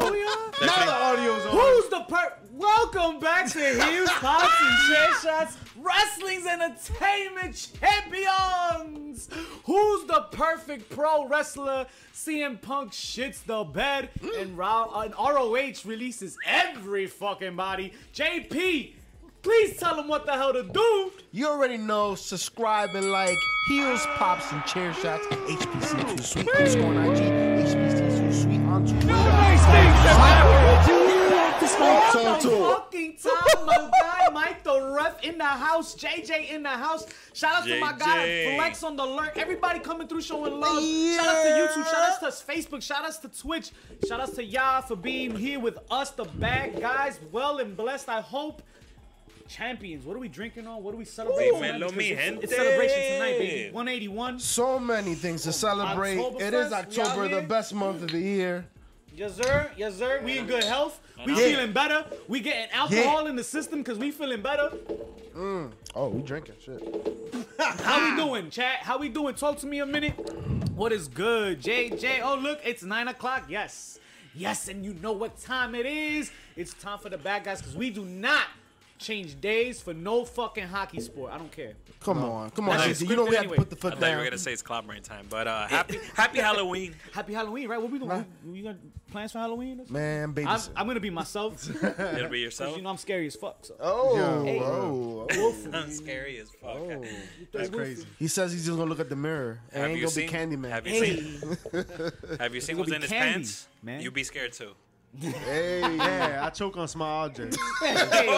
Now the audio's on. Who's the per? Welcome back to Hughes Pops and Chair Shots Wrestling's Entertainment Champions. Who's the perfect pro wrestler? CM Punk shits the bed, and, Ro- and ROH releases every fucking body. JP, please tell him what the hell to do. You already know. Subscribe and like. Heels, pops, and chair shots. HPC to the sweet. Underscore on IG. HPC to the sweet on Twitter. All the fucking time, my guy Mike the ref in the house, JJ in the house. Shout out to my guy JJ. Flex on the lurk. Everybody coming through showing love. Shout out to YouTube. Shout out to Facebook. Shout out to Twitch. Shout out to y'all for being here with us, the bad guys. Well and blessed. I hope. Champions, what are we drinking on? What are we celebrating? tonight? Dímelo, Because mi it's- It's gente. celebration tonight, baby. 181. So many things to celebrate. It is Oktoberfest, we out October, the here. best month of the year. Yes, sir. Yes, sir. We in good health. We Yeah. feeling better. We getting alcohol in the system because we feeling better. Oh, we drinking shit. How we doing, chat? How we doing? Talk to me a minute. What is good, JJ? Oh, look, it's nine o'clock. Yes, yes, and you know what time it is. It's time for the bad guys because we do not change days for no fucking hockey sport. I don't care. Come on, come on, That's Shizzy. You know scripted we have anyway. to put the I foot thought you were down. gonna say it's clown brain time, but uh, happy happy Halloween. Happy Halloween, right? What we doing? We, we got plans for Halloween? or something? Man, baby. I'm, I'm gonna be myself. 'cause It'll be yourself. you know I'm scary as fuck. So. Oh, Hey. oh, oh. I'm scary as fuck. Oh. That's crazy. He says he's just gonna look at the mirror. It Have ain't you gonna seen? be Candyman. Have you Hey, seen? Have you seen gonna what's be in his candy, pants? man. You'd be scared too. Hey, Yeah, I choke on Smile J. hey,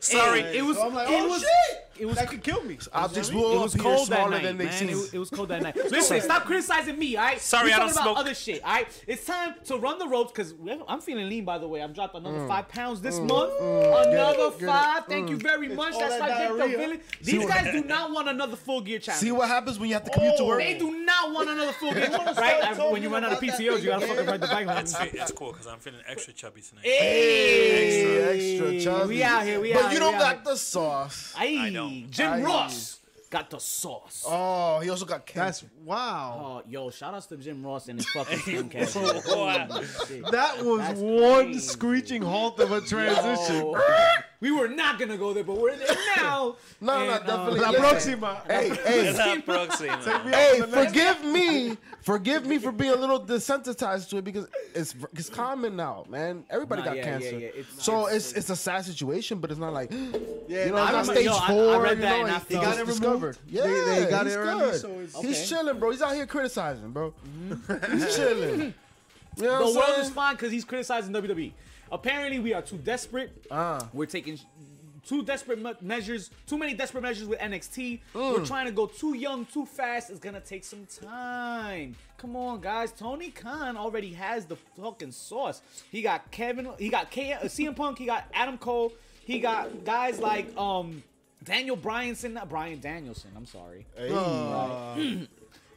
Sorry, it was. So Oh, I'm like, it oh, was. shit! It was could kill me. objects It will was appear cold that smaller night, than they man. It, seem. was- it was cold that night. Listen, stop criticizing me, all right? Sorry, we I talking don't about smoke. other shit, all right? It's time to run the ropes because I'm feeling lean, by the way. I've dropped another five pounds this month. another it, get it, five. Thank you very much. all That's that why Victor diarrhea. Village. These guys do not want another full gear challenge. See what happens when you have to commute to work. they do not want another full gear challenge, right? I- when you run out of PTOs, you gotta fucking ride the bike home. it's, fe- it's cool because I'm feeling extra chubby tonight. Hey, Hey, extra chubby. We out here. We out But here. you don't we out here. got the sauce. Ayy, I don't. Jim Ayy. Ross got the sauce. Oh, he also got That's candy. wow. Oh, yo, shout outs to Jim Ross and his fucking Oh, skincare. wow. That was That's one crazy. screeching halt of a transition. Yo. Oh, we were not gonna go there, but we're there now. No, no, And, uh, definitely. La listen. próxima. Hey, hey, It's not Proxima. hey! Forgive me, forgive me for being a little desensitized to it because it's it's common now, man. Everybody Nah, got yeah, yeah, cancer, yeah, it's- so it's, it's a sad situation, but it's not like Yeah, you know, I it's not remember- stage yo, I- I four. read you that know, and I he felt- got They- they discovered. Yeah, they got he's it early, good. so it's- Okay. He's chilling, bro. He's out here criticizing, bro. He's chilling. You know the what I'm world saying? is fine because he's criticizing WWE. Apparently, we are too desperate. Ah. We're taking sh- too desperate me- measures, too many desperate measures with NXT. We're Mm. trying to go too young, too fast. It's gonna take some time. Come on, guys. Tony Khan already has the fucking sauce. He got Kevin. He got K- uh, CM Punk. He got Adam Cole. He got guys like um Daniel Bryanson, not Brian Danielson. I'm sorry,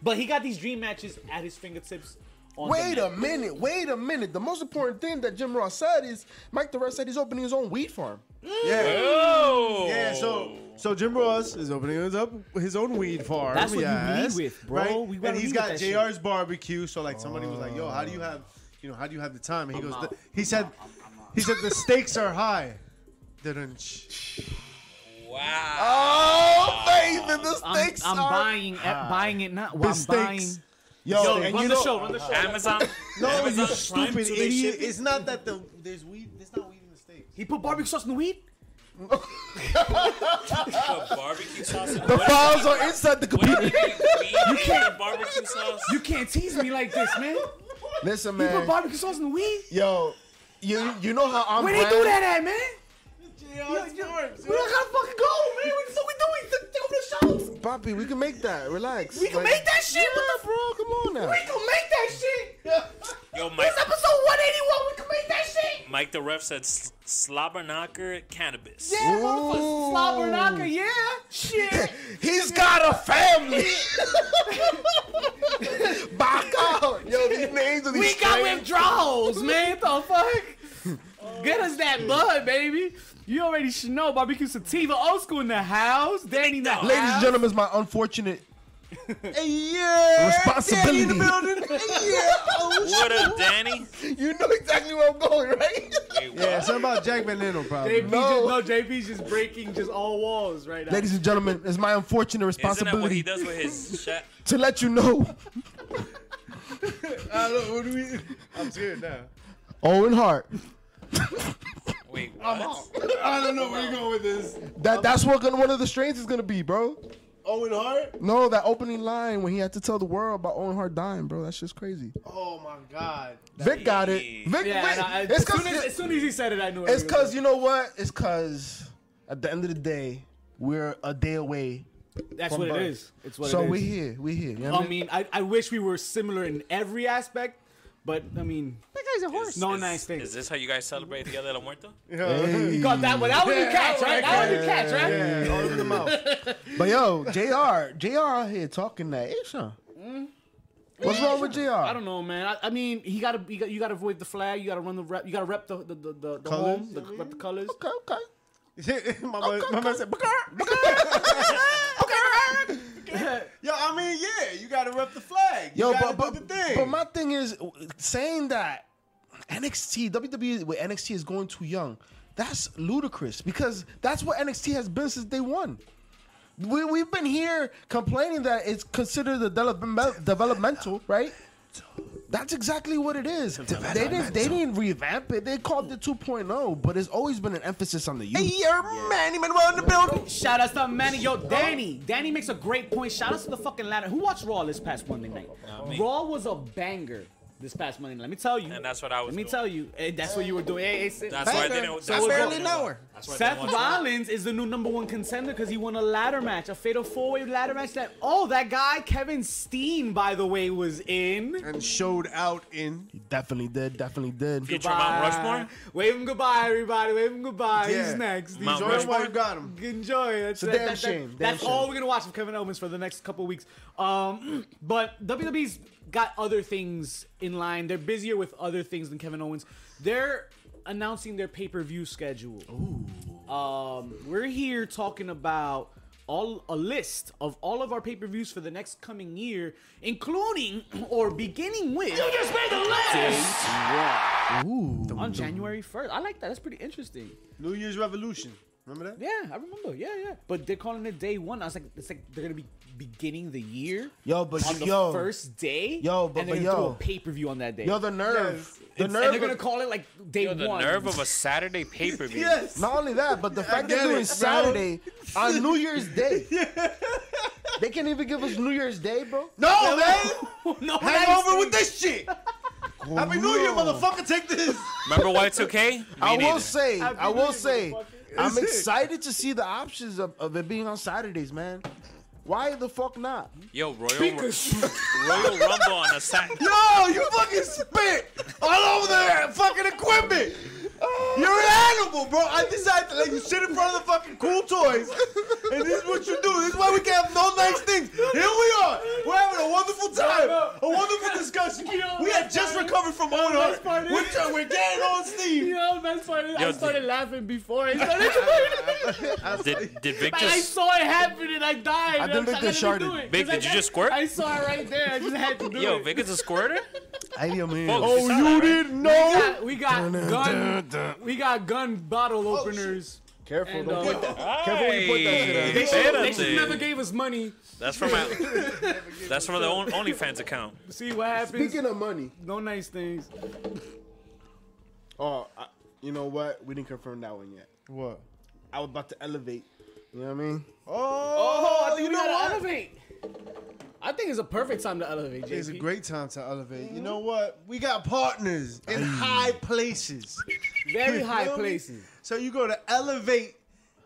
but he got these dream matches at his fingertips. On Wait demand. a minute, wait a minute. The most important thing that Jim Ross said is Mike the Red said he's opening his own weed farm. Yeah. Oh. Yeah, so so Jim Ross is opening his up his own weed farm. That's what you yes, lead with, bro. We gotta and he's lead got with that shit. Jr's barbecue. So like somebody was like, "Yo, how do you have, you know, how do you have the time?" And he goes, out. "The- "He said, he said the stakes are high." Didn't wow. Oh, baby, the I'm, stakes I'm are buying, uh, buying it now. I'm stakes. buying. Yo, Yo, and run you the know, show, run the show. Amazon. no, you Amazon Prime stupid too, they idiot. ship it. It's not that the there's weed. There's not weed in the steaks. He put barbecue sauce in the weed? The barbecue sauce. The files are inside the computer. You can't barbecue sauce. You can't tease me like this, man. Listen, He put man. barbecue sauce in the weed? Yo, you you know how I'm. Where they brand? do that at, man? Jr's farms. We don't gotta fucking go, man. What the fuck we doing? Take over the shows. Papi, we can make that. Relax. We can Like, make that shit, yeah, what the bro. Come on now. We can make that shit. Yo, Mike. This episode 181, we can make that shit. Mike the ref said s- slobber knocker cannabis. Yeah, motherfucker. Ooh. Slobber knocker, yeah. Shit. He's got a family. Back out. Yo, these names of these. We got strange- withdrawals, man. What the fuck? Get us that blood, baby. You already should know barbecue sativa, old school in the house. Danny, the Ladies house. and gentlemen, it's my unfortunate Hey, yeah. Responsibility. Danny in the building. Hey, yeah. Oh, shit. What up, Danny? You know exactly where I'm going, right? Wait, what? Yeah, something about Jack Benino, probably. JP No. just, no, JP's just breaking just all walls right now. Ladies and gentlemen, it's my unfortunate Isn't that what he responsibility does with his shot? to let you know I don't know. What do we... I'm scared now. Owen Hart Wait, what? I don't know where you're going with this. that that's what gonna, one of the strains is gonna be, bro. Owen Hart? No, that opening line when he had to tell the world about Owen Hart dying, bro. That shit's crazy. Oh, my God. Vic got it. Vic, yeah, Vic- and I, it's as, soon as, as because soon as he said it, I knew it. it's because you know what? It's because at the end of the day, we're a day away. that's what from it birth. is. It's what So it is. Um, we here, we here. You know what I mean, I, I wish we were similar in every aspect, but I mean, That guy's a horse. no Is- nice things. Is this how you guys celebrate Dia de la Muerta? Hey. Got that one. That was the catch, right? That was the catch, right? Yeah, open the mouth. Oh, But yo, Jr. Jr. out here talking that Aisha. What's wrong with Jr.? Mm-hmm. I don't know, man. I, I mean, he gotta, you gotta, you gotta wave the flag. You gotta run the rep. You gotta rep the the the, the, the Colours? home, the, rep the colors. Okay, okay. my man, my man said, "Yo, I mean, yeah, you gotta rep the flag. You Yo, gotta but but, do the thing. but my thing is w- saying that NXT WWE E with NXT is going too young. That's ludicrous because that's what NXT has been since day one. We we've been here complaining that it's considered the develop- developmental, right? That's exactly what it is. They didn't they didn't revamp it. They called it 2.0, but it's always been an emphasis on the youth. yeah, Manny Manuel in the building. Shout out to Manny, yo, Danny. Danny makes a great point. Shout out to the fucking ladder. Who watched Raw this past Monday night? me. Raw was a banger this past Monday. night. Let me tell you. And that's what I was Let me doing. tell you. Eh, That's what you were doing. Hey, hey, Sid. That's why I didn't. So that's we'll why I go- Barely didn't wa- know her. That's why I Seth didn't watch Raw. Rollins is the new number one contender because he won a ladder match, a fatal four way ladder match. That oh, that guy Kevin Steen, by the way, was in. And showed out in. Definitely did, definitely did. Feature Mount Rushmore. Wave him goodbye, everybody. Wave him goodbye. He's next. He's Mount George Rushmore. White got him. Enjoy. That's a that- damn that- that- shame, damn That's shame. all we're gonna watch from Kevin Owens for the next couple weeks. Um, but WWE's got other things in line. They're busier with other things than Kevin Owens. They're announcing their pay per view schedule. Um, we're here talking about all a list of all of our pay per views for the next coming year, including or beginning with. You just made the list. On January first. I like that. That's pretty interesting. New Year's Revolution. Remember that? Yeah, I remember. Yeah, yeah. But they're calling it day one. I was like, it's like they're gonna be beginning the year Yo, but on the yo, first day. Yo, but- and they're but gonna yo. do a pay per view on that day. yo, the nerve, the and they're nerve. gonna of- call it like day Yo, the one. nerve of a Saturday pay per view. Not only that, but the fact get they're it, doing bro. Saturday on New Year's Day. They can't even give us New Year's Day, bro. No, man. no, Hang that's- over with this shit. Happy New Year, motherfucker. Take this. Remember Y2K? Me I will neither. say, Happy I New will Year, say, motherfucker. I'm That's it. excited to see the options of, of it being on Saturdays, man. Why the fuck not? Yo, Royal, Royal Rumble on a Saturday. Yo, you fucking spit all over the fucking equipment. You're an animal, bro. I decided to let you sit in front of the fucking cool toys. And this is what you do. This is why we can have no nice things. Here we are. We're having a wonderful time. A wonderful discussion. We had just recovered from Owen Hart. We're, tr- we're getting on You Steve. know, that's funny. I Yo, started the- laughing before I started. Did, did Vic Like, I just? saw it happen and I died. I think was like, they I gotta sharted. do it. Vic, 'Cause I did you got- just squirt? I saw it right there. I just had to do it. Yo, Vic is a squirter. I mean, Oh, you saw that, didn't We got, we got gun. We got gun bottle Oh, openers. Careful, And, don't uh, put that. Careful when you put that They should, they should never gave us money. That's from my. That's from the on- OnlyFans account. See what happens. Speaking of money, no nice things. oh, I, you know what? We didn't confirm that one yet. What? I was about to elevate. You know what I mean? Oh, I think you we know gotta what? elevate. I think it's a perfect time to elevate. JP. It's a great time to elevate. You know what? We got partners in high places. very You high feel me? places. So you go to elevate,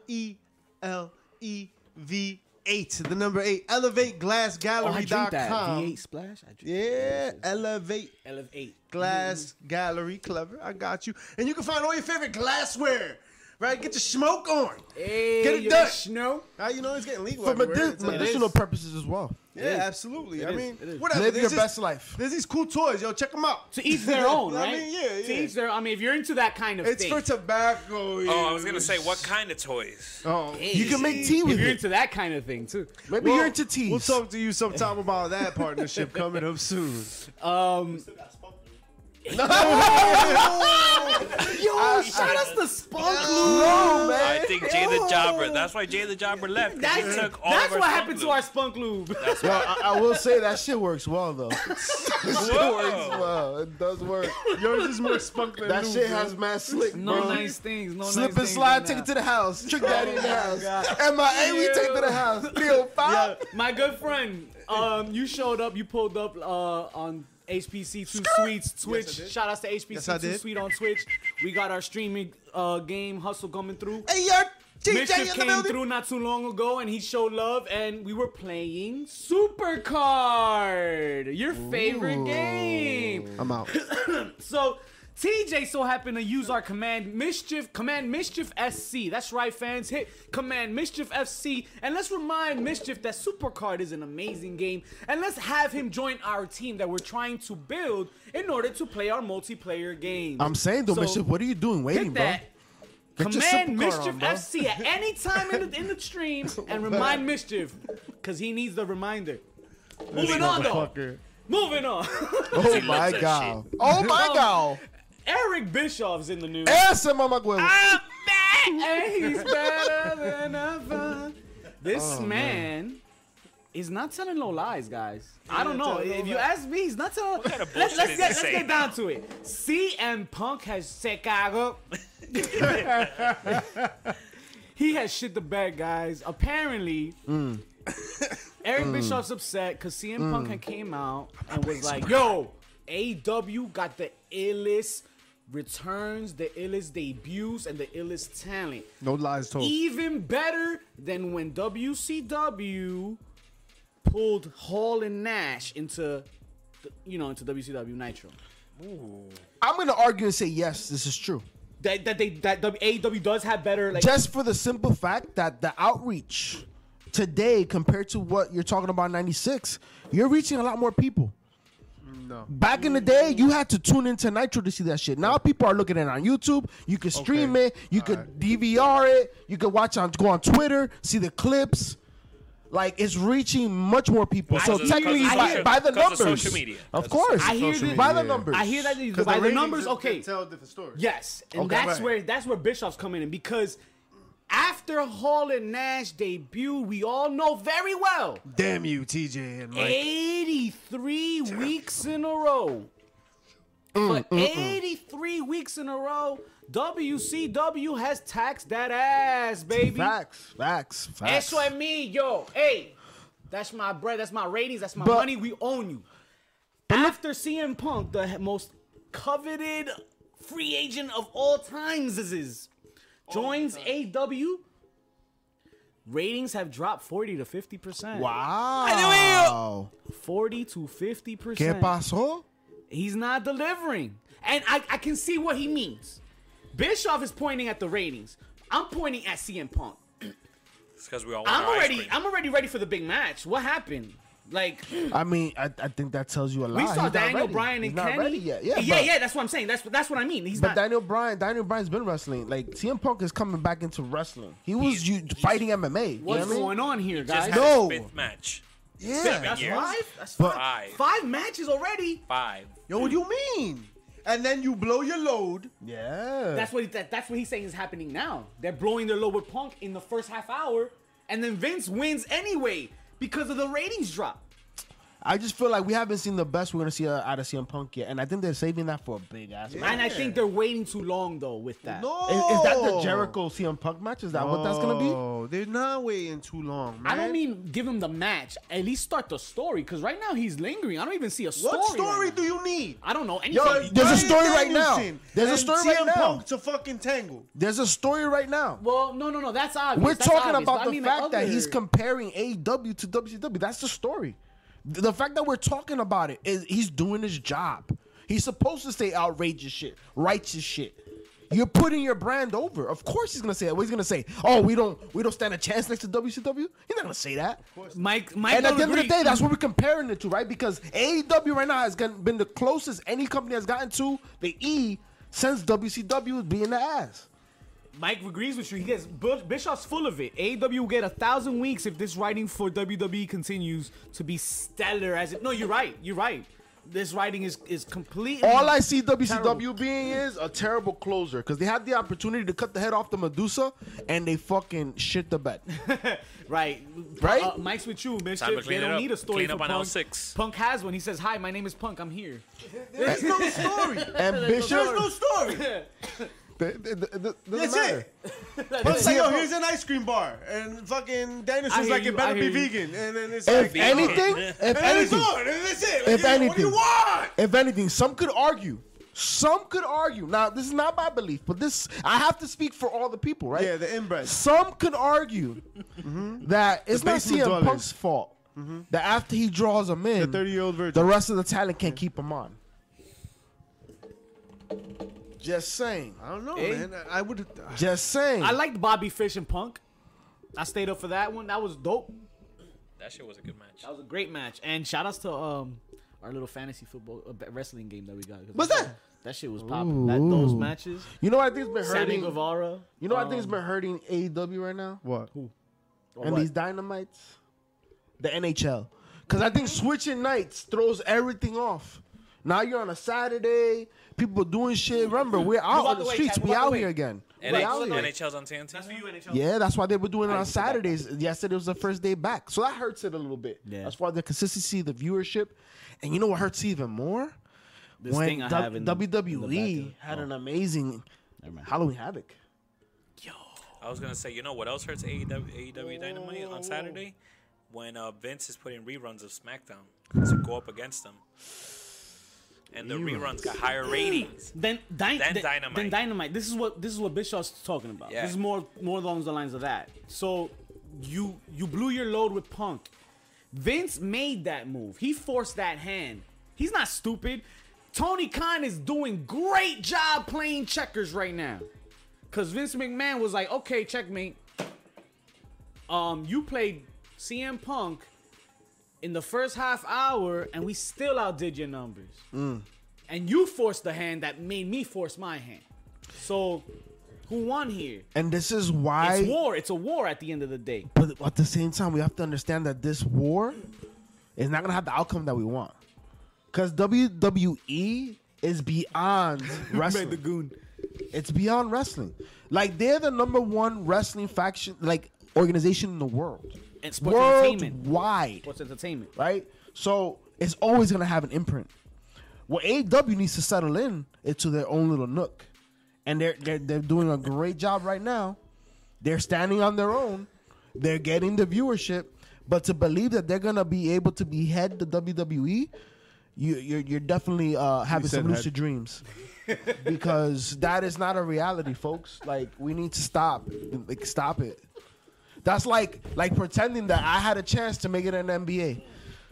E L E V eight, the number eight, Oh, Oh, elevateglassgallery.com. V8 splash. I drink yeah, elevate elevate. glass gallery, clever. I got you, and you can find all your favorite glassware right? Get your smoke on. Hey, Get it you done. Snow. Right? You know it's getting legal. for everywhere. medi- It's like- medicinal purposes as well. Yeah, absolutely. I is, mean, it is. whatever. Live There's your just- best life. There's these cool toys, yo. Check them out. To each their own, I right? mean, yeah, To yeah. each their. I mean, if you're into that kind of It's thing, for tobacco. Oh, I was gonna say, what kind of toys? Oh, You can make tea if with you're it. into that kind of thing too. Maybe you're into teas. We'll talk to you sometime about that partnership coming up soon. Um, yo, shout us the spunk loop. no, I man. think Jay the Jobber. That's why Jay the Jobber left. 'cause he That's, took all that's of our what happened to Spunk our spunk lube. Well, I, I will say that shit works well though. Loop. Whoa. well, it does work. Yours is more spunk than That Lou, shit bro. has mad slick. No bro. nice things. No nice Slip and things slide, right take now. it to the house. Trick daddy in the house. MIA, we Ew. take to the house. Leo five. My good friend, um, you showed up. You pulled up uh, on HPC Two Sweets Twitch. Shout outs to HPC I Two did. Sweet on Twitch. We got our streaming uh, game hustle coming through. Hey, yo, Mischief TJ in the came building. through not too long ago, and he showed love. And we were playing Supercard, your favorite game. I'm out. So TJ so happened to use our command mischief, command mischief SC. That's right, fans. Hit command mischief FC, and let's remind mischief that Supercard is an amazing game, and let's have him join our team that we're trying to build in order to play our multiplayer game. I'm saying though, Bishop, what are you doing waiting, Hit bro? that. Get your Command Supercard on, Mischief bro. FC at any time in the, in the stream and remind Mischief because he needs the reminder. Moving on, though. Fucker. Moving on. Oh He my loves that god. Oh my god. Eric Bischoff's in the news. Ass in my mugwell. I'm back. and he's better than ever. This Oh, man, is not telling no lies, guys. I don't know. telling no If you lies. ask me, he's not telling. kind of let's bullshit let's get is he let's get saying? down to it. CM Punk has Chicago. he has shit the bed, guys. Apparently. Mm. Eric Bischoff's upset because CM Punk had came out and was like, "Yo, AW got the illest returns, the illest debuts, and the illest talent. No lies told. Even better than when WCW pulled Hall and Nash into, the- you know, into WCW Nitro. I'm gonna argue and say yes, this is true. That that they that AW does have better like Just for the simple fact that the outreach today compared to what you're talking about in 96, you're reaching a lot more people. No. Back in the day, you had to tune into Nitro to see that shit. Now people are looking at it on YouTube. You can stream Okay. it. You could DVR it. You could watch on go on Twitter, see the clips. Like it's reaching much more people. Because so of- because technically, of by, social- by the because numbers, of social media. of course, I hear that, by the media. numbers. I hear that they- 'Cause by the ratings numbers. can Okay, Tell different stories. Yes, and Okay. that's Right. where that's where Bischoff's coming in because after Hall and Nash debut, we all know very well Damn you, TJ and Mike. 83 weeks in a row. Mm, For 83 weeks in a row, WCW has taxed that ass, baby. Facts, facts, facts. Eso es mí, yo. Hey, that's my bread. That's my ratings. That's my But- money. We own you. After CM Punk, the most coveted free agent of all times, is Oh joins AW. Ratings have dropped 40 to 50%. Wow. 40 to 50%. ¿Qué pasó? He's not delivering. And I, I can see what he means. Bischoff is pointing at the ratings. I'm pointing at CM Punk. It's because we all. want I'm our ice already cream. I'm already ready for the big match. What happened? Like I mean, I, I think that tells you a lot. we saw He's not Daniel ready. Bryan He's and not Kenny. ready yet. Yeah, yeah, but- yeah, that's what I'm saying. That's that's what I mean. He's But not Daniel Bryan, Daniel Bryan's been wrestling. Like CM Punk is coming back into wrestling. He was you, fighting MMA. what's you know what going on here, Just guys. had No. his fifth match. I mean? seven Yeah. that's years. five. That's But- five. Five matches already. Five. Yo, what do you mean? And then you blow your load. Yeah. That's what that, that's what he's saying is happening now. They're blowing their load with Punk in the first half hour, and then Vince wins anyway because of the ratings drop. I just feel like we haven't seen the best we're gonna see uh, out of CM Punk yet, and I think they're saving that for a big ass. match. And I think they're waiting too long though with that. No. Is, is that the Jericho CM Punk match? Is that what that's gonna be? Oh, they're not waiting too long, man. I don't mean give him the match. At least start the story, because right now he's lingering. I don't even see a story. What story right now. do you need? I don't know anything. Yo, there's a Brian story right now. Danielson There's a and story right CM now. Punk to fucking tangle. There's a story right now. Well, no, no, no. That's obvious. We're That's talking obvious, but about I the mean, fact that other- he's comparing AW to WCW. That's the story. Th- The fact that we're talking about it is he's doing his job. He's supposed to say outrageous shit, righteous shit. You're putting your brand over. Of course he's gonna say that. What he's gonna say? Oh, we don't we don't stand a chance next to WCW. He's not gonna say that. Mike, Mike, And at don't the end of the agree. day, that's what we're comparing it to, right? Because AEW right now has gotten- been the closest any company has gotten to the E since WCW was being the ass. Mike agrees with you. He gets B- Bischoff's full of it. AEW will get a thousand weeks if this writing for WWE continues to be stellar as it. No, you're right. You're right. This writing is is completely. All I see WCW Terrible. being is a terrible closer because they had the opportunity to cut the head off the Medusa and they fucking shit the bed. right, Right? Uh, Mike's with you, man. Time Shit, to They clean it don't up. need a story Clean for up on Punk. aisle six. Punk has one. He says, "Hi, my name is Punk. I'm here." There's no story. And There's Bishop, no story. th- th- th- th- doesn't That's matter. it. It's like, yo, here's an ice cream bar, and fucking Dennis I was hear like, you, it I better hear be you. vegan, and then it's If like, anything, if and it's anything, on, and that's it. Like, yo, what If do anything. you want? if anything, some could argue. Some could argue. Now, this is not my belief, but this I have to speak for all the Mm-hmm. people, right? Yeah, the inbred. Some could argue that it's not basement CM dwellers. Punk's fault that after he draws him in, The 30-year-old virgin. Mm-hmm. the rest of the talent can't keep him on. Just saying. I don't know, Hey. man. I- I would. Just saying. I liked Bobby Fish and Punk. I stayed up for that one. That was dope. That shit was a good match. That was a great match. And shout outs to um our little fantasy football uh, ba- wrestling game that we got. What's that? That shit was popping. That, those matches. you know what I think has been Sammy hurting. Guevara. Um, You know what I think has been hurting AEW right now. What? and what? these dynamites, the NHL. Because I think switching nights throws everything off. Now you're on a Saturday, people doing shit. Remember, we're out out on the the way, streets. Chad, move We out the out way. here again. We out NH- here. NHL's on TNT. you, NHL. Yeah, that's why they were doing it on Saturdays. Yesterday was the first day back, so that hurts it a little bit Yeah. as far as the consistency, the viewership, and you know what hurts even more? This when thing I du- have in the- in the WWE back of- had an amazing Halloween Havoc. I was gonna say, you know what else hurts E AEW, AEW Dynamite on Saturday? When uh, Vince is putting reruns of SmackDown to go up against them, and the reruns got higher ratings. Then, dy- then Then Dynamite. dynamite. Then dynamite. This is what this is what Bischoff's talking about. Yeah. This is more more along the lines of that. So you you blew your load with Punk. Vince made that move. He forced that hand. He's not stupid. Tony Khan is doing great job playing checkers right now. Cause Vince McMahon was like, okay, checkmate. Um, you played CM Punk in the first half hour, and we still outdid your numbers. And you forced the hand that made me force my hand. So, who won here? And this is why It's war. It's a war at the end of the day. But at the same time, we have to understand that this war is not gonna have the outcome that we want. Cause WWE is beyond wrestling. goon. It's beyond wrestling. Like they're the number one wrestling faction, like organization in the world, And sports entertainment. worldwide, What's entertainment? right? So it's always gonna have an imprint. What AEW needs to settle in is to their own little nook, and they're they're, they're doing a great job right now. They're standing on their own. They're getting the viewership, but to believe that they're gonna be able to behead the WWE, you you're, you're definitely uh, having said some lucid head. dreams, because that is not a reality, folks. Like we need to stop, like stop it. That's like like pretending that I had a chance to make it an NBA.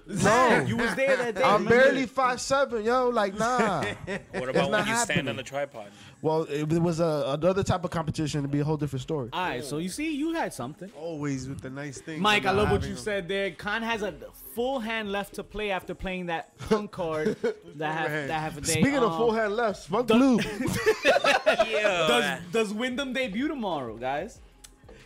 No, You was there that day. I'm remember? barely five seven, yo. Like nah. What about not when you stand happening. on the tripod? well, if it was a, another type of competition, it'd be a whole different story. All right. So you see, you had something. Always with the nice thing. Mike, I love what you said there. Khan has a full hand left to play after playing that punk card that half, hand. that half a day. Speaking of Um, full hand left, Spunk Lube, Yeah. does does Wyndham debut tomorrow, guys?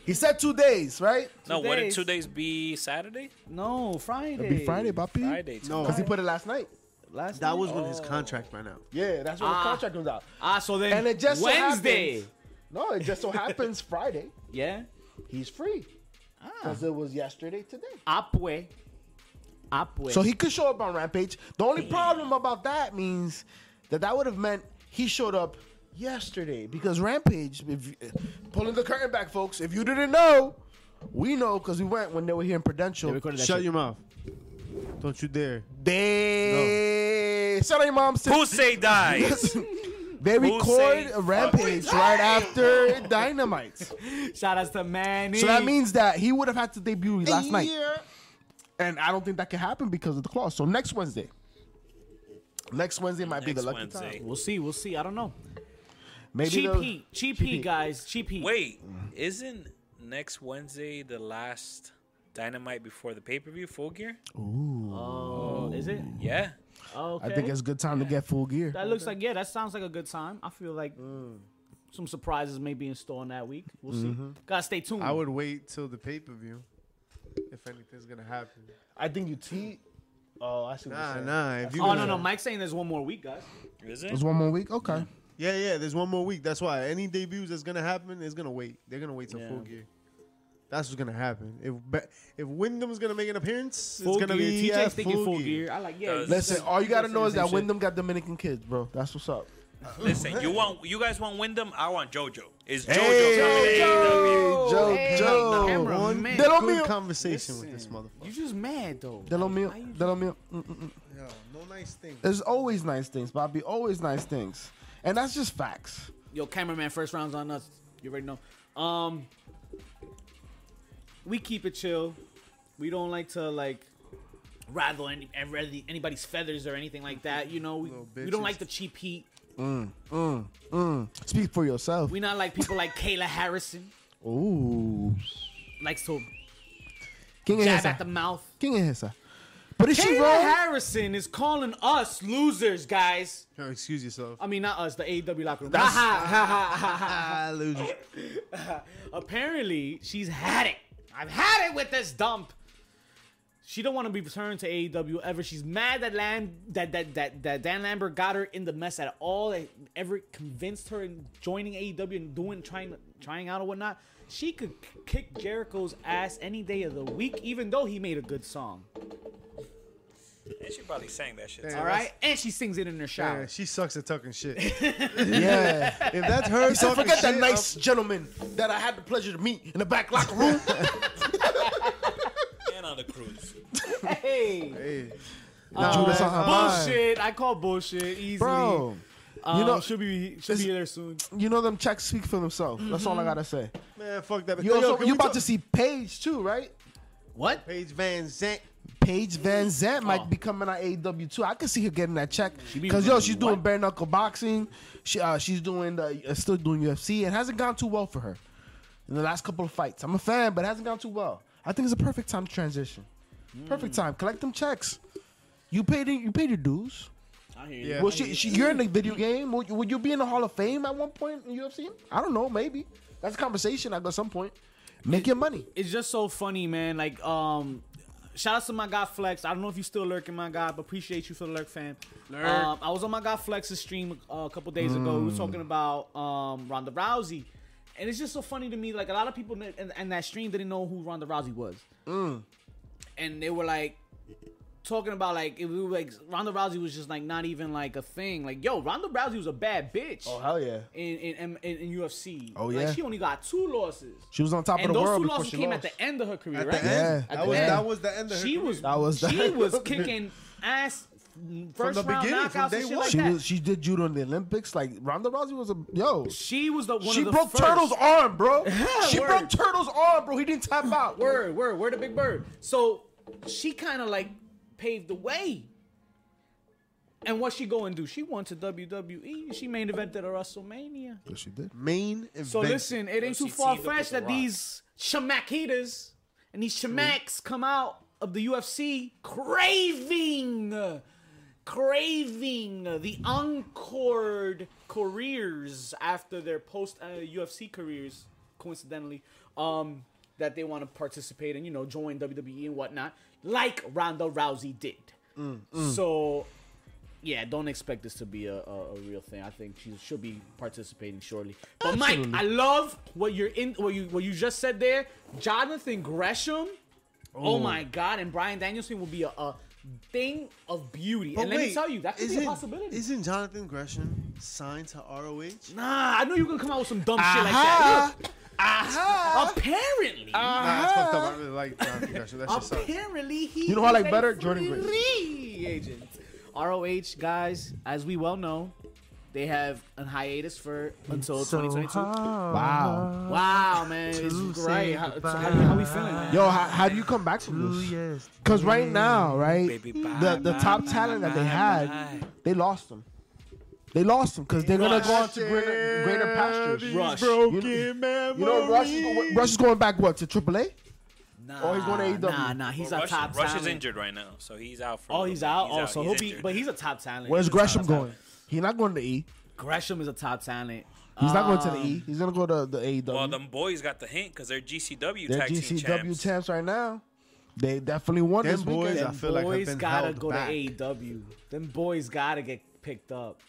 he said two days, right? no, what did days. two days be? Saturday, No, Friday. It'd be Friday, Bobby. Friday. No. Oh. Because he put it last night. Last That night? was when his contract ran out. Yeah, that's when Ah. the contract comes out. ah. So then And it just so Wednesday. happens- No, it just so happens Friday yeah. he's free Ah. because it was yesterday today. Apwe. Apwe. So he could show up on Rampage. The only problem about that means that that would have meant he showed up yesterday because Rampage, if pulling the curtain back, folks. If you didn't know, we know because we went when they were here in Prudential. They recorded that Shut shit. your mouth. Don't you dare. They shut up, your mom. sis. Who say dies? they who record say- a Rampage right after Dynamite. Shout outs to Manny. So that means that he would have had to debut last night. And I don't think that can happen because of the clause. So next Wednesday. Next Wednesday might be Next the lucky Wednesday. time. We'll see. We'll see. I don't know. Maybe Cheap they'll- heat, cheap Cheap heat, Heat. guys, cheap heat. Wait, isn't next Wednesday the last Dynamite before the pay per view? Full Gear? oh, is it? Yeah. Okay. I think it's a good time to get full gear. that looks like yeah. That sounds like a good time. I feel like some surprises may be in store in that week. We'll Mm-hmm. see. Gotta stay tuned. I would wait till the pay per view if anything's gonna happen. I think you te. Oh, I see. What Nah, nah. If you Oh gonna- no no, Mike's saying there's one more week, guys. Is it? There's one more week. Okay. Yeah, yeah. There's one more week. That's why any debuts that's gonna happen is gonna wait. They're gonna wait till Yeah. full gear. That's what's gonna happen. If Ba- if Wyndham's gonna make an appearance, Full it's gonna gear. be TJ's yeah, thinking full gear. I like yeah. Does- you Listen, said- all you gotta said know the is same that shit. Wyndham got Dominican kids, bro. That's what's up. Listen, you want you guys want Wyndham? I want JoJo. Is JoJo? Hey, JoJo. Joe, Joe. camera, One man. They don't good mean- conversation with this You motherfucker. just mad though. They don't mean- Why you- they don't mean- mm-mm. Yo, no nice thing. There's Mm, always nice things, Bobby. Always nice things, and that's just facts. Yo, cameraman, first rounds on us. You already know. Um, we keep it chill. We don't like to like rattle any, any anybody's feathers or anything like that. You know, we, Little we don't bitches. like the cheap heat. Mm, mm. Speak for yourself. We not like people like Kayla Harrison Ooh, likes to King of jab at the Hissa. mouth. King of Hissa. But is she Kayla wrong? Harrison is calling us losers, guys. Yo, excuse yourself. I mean, not us, the AEW locker room. Ha ha ha ha ha ha. I lose. apparently she's had it. I've had it with this dump. She don't want to be returned to AEW ever. She's mad that Lam that that that that Dan Lambert got her in the mess at all. That ever convinced her in joining AEW and doing trying trying out or whatnot. She could k- kick Jericho's ass any day of the week, even though he made a good song. And she probably sang that shit. Damn. All right, and she sings it in her shower. Man, she sucks at tucking shit. Yeah. If that's her, So talking forget that shit, nice um, gentleman that I had the pleasure to meet in the back locker room. And on the cruise. Hey, I'm- Hey, Judas on man. her mind. bullshit! I call bullshit easily. Bro, um, you know- she'll be she'll Is- be there soon. you know them checks speak for themselves. That's all I Mm-hmm. gotta say. man, fuck that. You also, can you we about talk- to see Paige too, right? What? Paige Van Zant. Paige Van Zant might Oh. be coming out AEW too. I can see her getting that check be because yo, doing she's doing what? bare knuckle boxing. She uh, she's doing the, uh, still doing UFC. It hasn't gone too well for her in the last couple of fights. I'm a fan, but it hasn't gone too well. I think it's a perfect time to transition. Perfect Mm. time. Collect them checks. You paid you paid your dues. I hear you. Yeah. Well, she, she, you're in the video game. Would you, would you be in the Hall of Fame at one point in UFC? I don't know. Maybe that's a conversation at some point. Make your money. it's just so funny, man. Like, um, shout out to my guy Flex. I don't know if you still lurking, my guy, but appreciate you for the lurk, fam. Um, I was on my guy Flex's stream uh, a couple days ago. We Hmm. were talking about um, Ronda Rousey, and it's just so funny to me. Like a lot of people in, in, in that stream didn't know who Ronda Rousey was, Hmm. and they were like talking about like it was like Ronda Rousey was just like not even like a thing. Like, yo, Ronda Rousey was a bad bitch. Oh, hell yeah! in, in, in, in UFC. Oh, Like yeah. she only got two losses She was on top and of the those world two before losses she came lost. at the end of her career, At right? the end. Yeah. That, At the was, end. that was the end of her. She was That was the- she was kicking ass first the round beginning, from knockouts day and shit one. like she that. was she did judo in the Olympics. Like Ronda Rousey was a yo. she was the one she of the broke first. Turtle's arm, bro. she word. broke Turtle's arm, bro. He didn't tap out. Word, word, word, the big bird. So she kind of like paved the way. And what she go and do? She won to WWE. She main evented at WrestleMania. Yes, she did. main event. So listen, it ain't she too teamed far up fetched with The that Rock. these shamakitas and these shamaks come out of the UFC craving, craving the encored careers after their post uh, UFC careers, coincidentally, um, that they want to participate and you know join WWE and whatnot, like Ronda Rousey did. Hmm. So yeah, don't expect this to be a, a, a real thing. I think she should be participating shortly. But Mike, I love what you're in, what you what you just said there. Jonathan Gresham, oh my God, and Brian Danielson will be a, a thing of beauty. But and let me wait, tell you, that could be isn't- a possibility. Isn't Jonathan Gresham signed to ROH? nah, I knew you were gonna come out with some dumb shit like Aha! that. Look, apparently, Nah, it's fucked up. I really like Jonathan Gresham. That shit sucks. apparently he. You know who I is like a better? Jordan Grace. free agent. ROH guys, as we well know, they have a hiatus for until 2022. Wow. Wow, man, it's great. How, so how, how we feeling, man? Yo, how, how do you come back from this? Because right now, right, Baby, the the bye, top bye, talent that they bye, had, bye. they lost them. They lost him because they're gonna go on Rush to greater, greater pastures. Rush. Broken You- memories. You know, Rush is, go- Rush is going back what to AAA? Nah, Oh, he's going to AEW. Nah, nah, he's Well, a Rush, top Rush talent. is injured right now, so he's out for. a Oh, little he's bit. out. oh, so he's he'll be, injured. but he's a top talent. Where's He's a top Gresham talent. going? He's not going to E. Gresham is a top talent. He's not going to the E. He's gonna go to the AEW. Um, Well, them boys got the hint because they're GCW they're tag team GCW champs. champs. right now. They definitely won Them this weekend. boys I Them feel like have boys been gotta held go back. to AEW. Them boys gotta get picked up.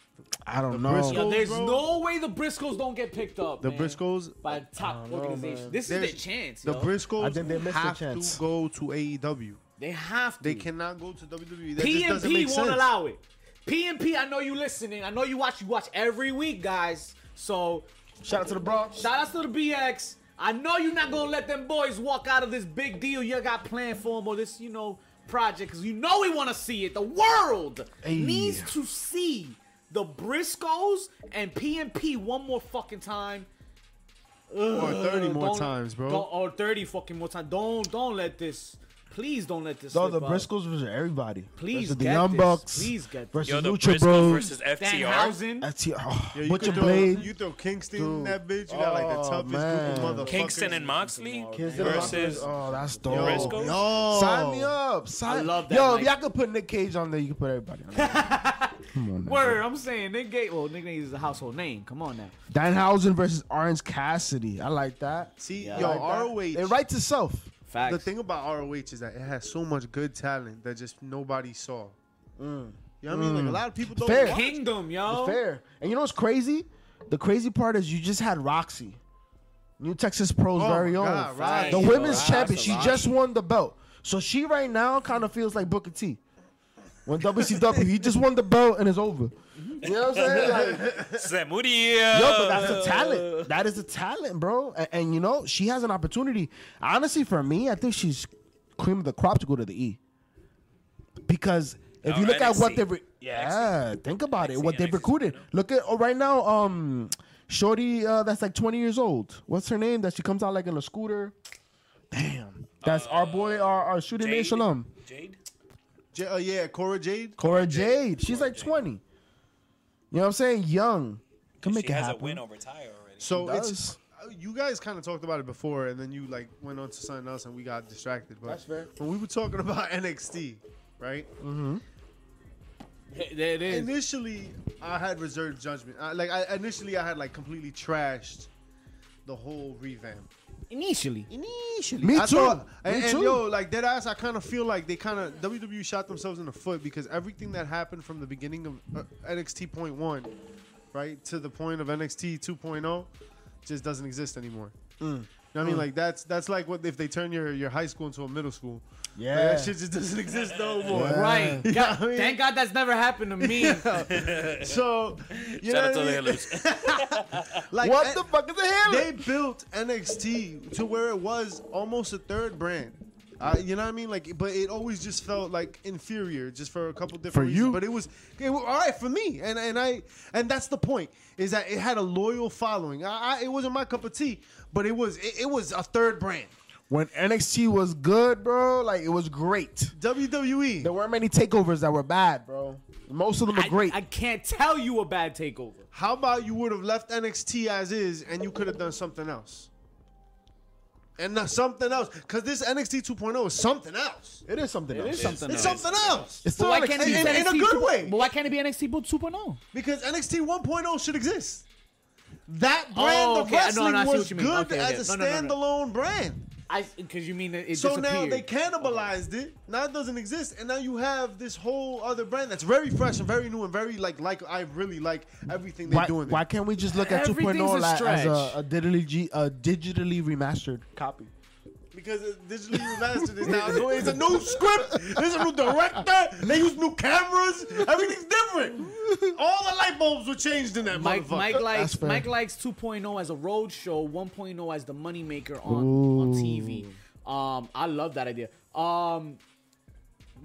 I don't Yo, know. Briscoes, there's bro. no way the Briscoes don't get picked up. The man, Briscoes. by top organization. man. This There's- is their chance. The yo. Briscoes I think they missed their have chance. Hmm. to go to AEW. they have to. They cannot go to WWE. That just doesn't PNP make won't sense. allow it. PNP, I know you listening. I know you watch. You watch every week, guys. So Shout out to the Bronx. shout outs to the BX. I know you're not gonna let them boys walk out of this big deal you got planned for them or this, you know, project because you know we want to see it. The world Hey. needs to see the Briscoes and PNP one more fucking time. Or 30 more Don't- times, bro. don't- or 30 fucking more times. Don't don't let this. Please don't let this. So the slip up. Briscoes versus everybody. Please versus the get Young this. Bucks. Please get this. versus Yo, the Lucha Briscoes Bros. versus FTR. Danhausen. FTR. Oh, Yeah, you Butcher could throw- Blade. You throw Kingston in Dude. that bitch. You got like the Oh, toughest man. group of motherfuckers. Kingston and Moxley Kingston Rockers. versus. oh, that's dope. Yo, Briscoe? yo. Sign me Oh, up. Sign. I love that, Yo, Mike. if y'all could put Nick Cage on there, you could put everybody on there. Come on. Now. Word, I'm saying Nick Gate. Well, Nick Gate is a household name. Come on now. Danhausen versus Orange Cassidy. I like that. See, Yeah, yo, I It ROH. right to self. Facts. The thing about ROH is that it has so much good talent that just nobody saw. Mm. You know what I mean? Like a lot of people don't. Fair. watch. Kingdom, yo. Fair. And you know what's crazy? The crazy part is you just had Roxy, New Texas Pro's Oh my very own. God, Roxy. The Yo, women's that's champion. a She lot. just won the belt. So she right now kind of feels like Booker T. When WCW, he just won the belt and it's over. You know what I'm saying? Like, Zamudio. Yo, but that's a talent. That is a talent, bro. And, and you know, she has an opportunity. Honestly, for me, I think she's cream of the crop to go to the E. Because if Oh, you look at what NXT. they re- Yeah, yeah, think about it. NXT, What they NXT, recruited. you know. Look at oh, right now, um, Shorty, uh, that's like 20 years old. What's her name? That she comes out like in a scooter. Damn, that's our boy, our, our shooting Uh, Jade? nation. alum, Jade. J- uh, yeah, Cora Jade. Cora Jade. She's like Jade. 20. You know what I'm saying? Young, can make She it has happen. a win over Ty already. So It it's does. uh, you guys kind of talked about it before, and then you like went on to something else, and we got distracted. But That's fair. When we were talking about NXT, right? There it is. Initially, I had reserved judgment. I, like I initially, I had like completely trashed the whole revamp. Initially. Initially, Me I too. Thought, Me and, and too. yo, like dead ass, I kind of feel like they kind of WWE E shot themselves in the foot because everything that happened from the beginning of uh, NXT point one, right to the point of NXT 2.0, just doesn't exist anymore. Mm. You know what I mean, like that's that's like what if they turn your, your high school into a middle school. Like, Yeah. that shit just doesn't exist no more. Right. You know God- what I mean? Thank God that's never happened to me. So, you Shout out to the know what I mean? Hillers. Like, what eh, the fuck is a hammer? they built NXT to where it was almost a third brand. Uh, you know what I mean? Like, but it always just felt like inferior, just for a couple different For reasons. you? But it was, it was all right for me, and and I and that's the point is that it had a loyal following. I, I it wasn't my cup of tea, but it was it, it was a third brand. when NXT was good, bro, like it was great. WWE. There weren't many takeovers that were bad, bro. Most of them are I, great. I can't tell you a bad takeover. How about you would have left NXT as is, and you could have done something else, and not something else, because this NXT 2.0 is something else. it is something else. There's something It's else. something else. It's But still why NXT. can't it be in- in a NXT good two- way. But why can't it be NXT 2.0? Because NXT 1.0 should exist. That brand Oh, of okay. No, no, wrestling I see was what you mean. good Okay, okay. as a No, no, no, no. standalone brand. I because you mean it, it So now disappeared. they cannibalized it. Now it doesn't exist, and now you have this whole other brand that's very fresh and very new and very like like I really like everything they're Why, doing. why can't we just look at 2.0 Everything's a like, as stretch. a, a digitally G, a digitally remastered copy? Because it's digitally remastered is now so it's a new script. There's a new director. They use new cameras. Everything's different. All the light bulbs were changed in that Mike, motherfucker. Mike likes fair. Mike likes 2.0 as a road show, 1.0 as the moneymaker on, on TV. Um, I love that idea. Um,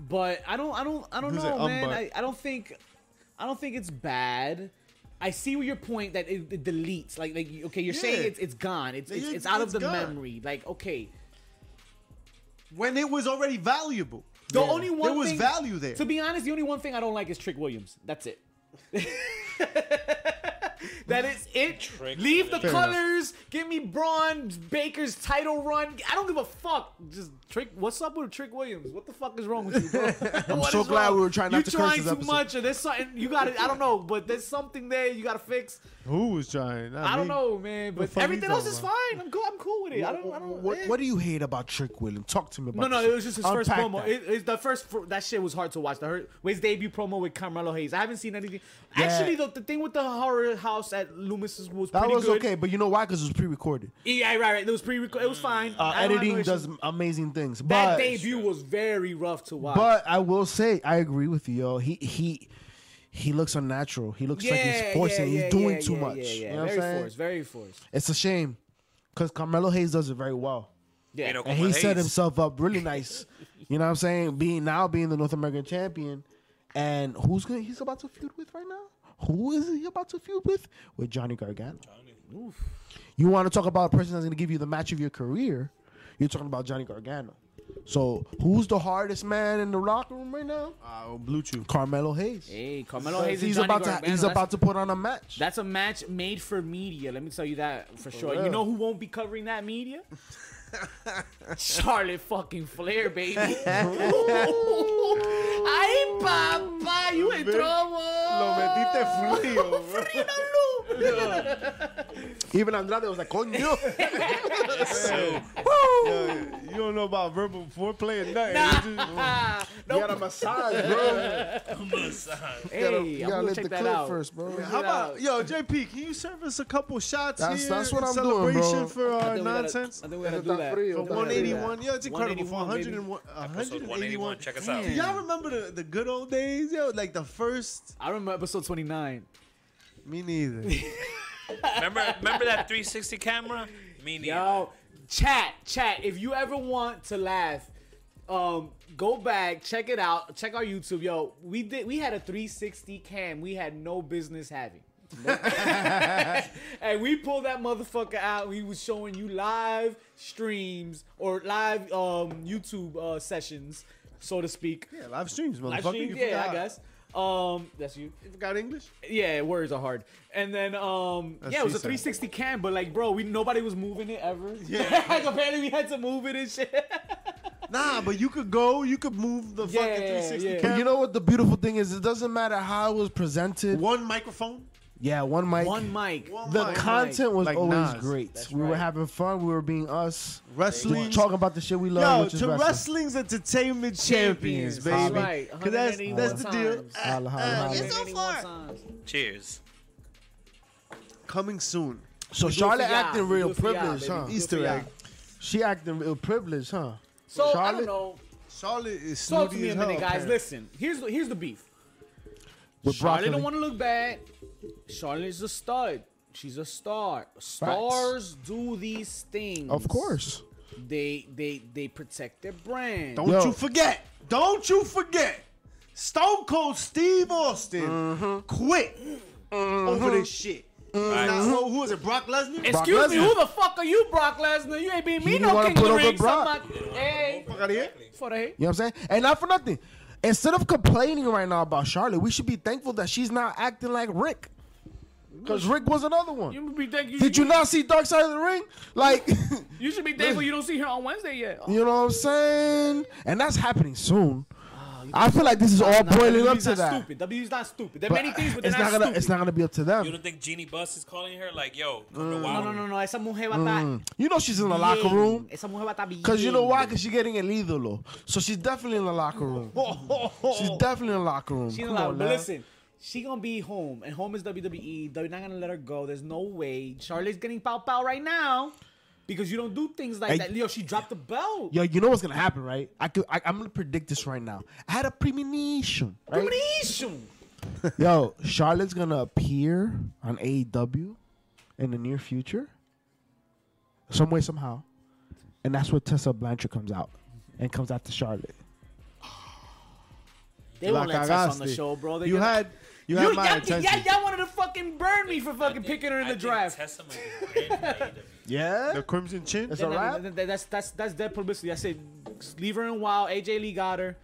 but I don't, I don't, I don't Who's know, it? Um, man. but- I, I don't think, I don't think it's bad. I see your point that it, it deletes, like, like okay, you're saying Yeah. it's it's gone, it's it's, It's- it's out it's of the gone. memory. Like okay, when it was already valuable. the only one There was thing- value there. To be honest, the only one thing I don't like is Trick Williams. That's it. That is it. Trick Leave the Williams. Fair colors. Give me Braun Baker's title run. I don't give a fuck. Just Trick. What's up with Trick Williams? What the fuck is wrong with you, bro? I'm so glad we were trying not you to curse trying this too episode. much, or there's something you got. to I don't know, but there's something there you got to fix. Who was trying? Not I don't me. know, man. But fuck you everything else talking is fine. about? I'm cool. I'm cool with it. I don't. I don't. What, eh. what do you hate about Trick William? Talk to me No, about no, this. it was just his first Unpack promo. that. It, it's the first fr- that shit was hard to watch. The her, his debut promo with Carmelo Hayes. I haven't seen anything. Actually, the, the thing with the horror house at Loomis's was that pretty was good. okay, but you know why? Because it was pre-recorded. Yeah, right, right. It was pre. It was fine. Uh, I don't have no editing issues. does amazing things. That But debut was very rough to watch. But I will say, I agree with you, yo. He he he looks unnatural. He looks like he's forcing. he's doing yeah, too yeah, much. Yeah, yeah. You know what I'm very saying? forced. Very forced. It's a shame because Carmelo Hayes does it very well, Yeah. You know, and he set himself up really nice. you know what I'm saying? Being now being the North American champion, and who's gonna he's about to feud with right now? Who is he about to feud with? With Johnny Gargano. You want to talk about a person that's gonna give you the match of your career? You're talking about Johnny Gargano. So who's the hardest man in the locker room right now? Uh, Blue Chew. Carmelo Hayes. hey, Carmelo Hayes. he's and Oh, Johnny about to Gargano, he's that's- about to put on a match. That's a match made for media. Let me tell you that for sure. You real. know who won't be covering that media? Charlotte fucking Flair, baby. Ay, papa, you in trouble. Lo metiste Ah. frío, bro. Even Andrade was like, "Coño." Yo, you don't know about verbal foreplay or nothing. You just- You got a massage, bro. Hey, You I'm gotta gonna lift check the that clip out. first, bro. How about yo, JP? Can you serve us a couple shots That's- here? that's what in I'm doing, celebration bro. for I our think we gotta- nonsense. I think we gotta do Está that. frío, I think we gotta está do that. 181. Yo, it's incredible. For 181, 101, Episode 181. 181. Check us out. Damn. Do y'all remember the, the good old days? Yo, like the first. I remember episode 29. Me neither. Remember, remember that 360 camera? Me neither. Yo, chat, chat. If you ever want to laugh, um, go back, check it out, check our YouTube. Yo, we did. We had a 360 cam. We had no business having. and we pulled that motherfucker out. We was showing you live streams or live um YouTube uh, sessions, so to speak. yeah, live streams, motherfucker. Live streams, you yeah, forgot, I guess. Um, that's you. You forgot English? Yeah, words are hard. And then um yeah, it was a she said. 360 cam, but like bro, we nobody was moving it ever. Yeah. like apparently we had to move it and shit. Nah, but you could go. You could move the Yeah, fucking 360 yeah. camera. But you know what the beautiful thing is? It doesn't matter how it was presented. one microphone. Yeah, one mic. One mic. One the mic. content was Like always Nas. great. That's we were right. having fun. We were being us. Wrestling. Talking about the shit we love, Yo, which is to wrestling. wrestling's entertainment champions, Champions, baby. right. 'Cause that's, 181 that's the deal. times. Holla, holla, holla. It's so 181 far. times. Cheers. Coming soon. So Do it for Charlotte y'all. acting Do real it for y'all, privileged, baby. huh? Do it Easter for y'all. egg. She acting real privileged, huh? So I Charlotte? don't know. Charlotte is Talk to snooty me a as minute, hell, guys. apparently. Listen, here's the here's the beef. With Charlotte broccoli. don't want to look bad. Charlotte's a stud. She's a star. Stars do these things. Of course. They they they protect their brand. Don't Yo. you forget. Don't you forget. Stone Cold Steve Austin Mm-hmm. quit over this shit. Right. Now, who, who is it? Brock Lesnar? Brock Excuse me, Lesnar. who the fuck are you, Brock Lesnar? You ain't beat me He no wanna king of put the over ring. Brock. Somebody, hey, Fuck out of here. for the You know what I'm saying? And not for nothing. Instead of complaining right now about Charlotte, we should be thankful that she's not acting like Rick. Because Rick was another one. You should be thankful. Did you not see Dark Side of the Ring? Like, You should be thankful you don't see her on Wednesday yet. you know what I'm saying? And that's happening soon. Ah, I feel like this is all boiling up WWE's to not that. stupid. WWE's not stupid. There are But many things, but they're it's not not, gonna stupid. it's not gonna be up to You them. don't think Jeannie Bus is calling her? Like, yo, come to no, Wild. no, no, no. Esa mujer va a estar You know she's in Mm. the locker bien. room. Esa mujer va a estar bien. Cause you know why? Cause she's getting an ídolo. So she's definitely in the locker room. She's definitely in the locker room. She Come gonna lie, on but now. listen, she gonna be home, and home is WWE. They're not gonna let her go. There's no way. Charlotte's getting pow pow right now because you don't do things like Hey. that. Leo, she dropped the belt. Yo, you know what's gonna happen, right? I could, I, I'm gonna predict this right now. I had a premonition, right? Premonition. Yo, Charlotte's gonna appear on AEW in the near future, some way, somehow, and that's where Tessa Blanchard comes out and comes out to Charlotte. They won't La let us on the cagaste. show, bro. They You gonna- had you had You, my y'all, attention. y'all, y'all wanted to fucking burn me for fucking picking her in I the think draft. Tessa might be ready. Yeah, The Crimson Chin. that's No, a no, no, wrap. no, no, That's that's that's dead publicity. I said leave her in wild. AJ Lee got her.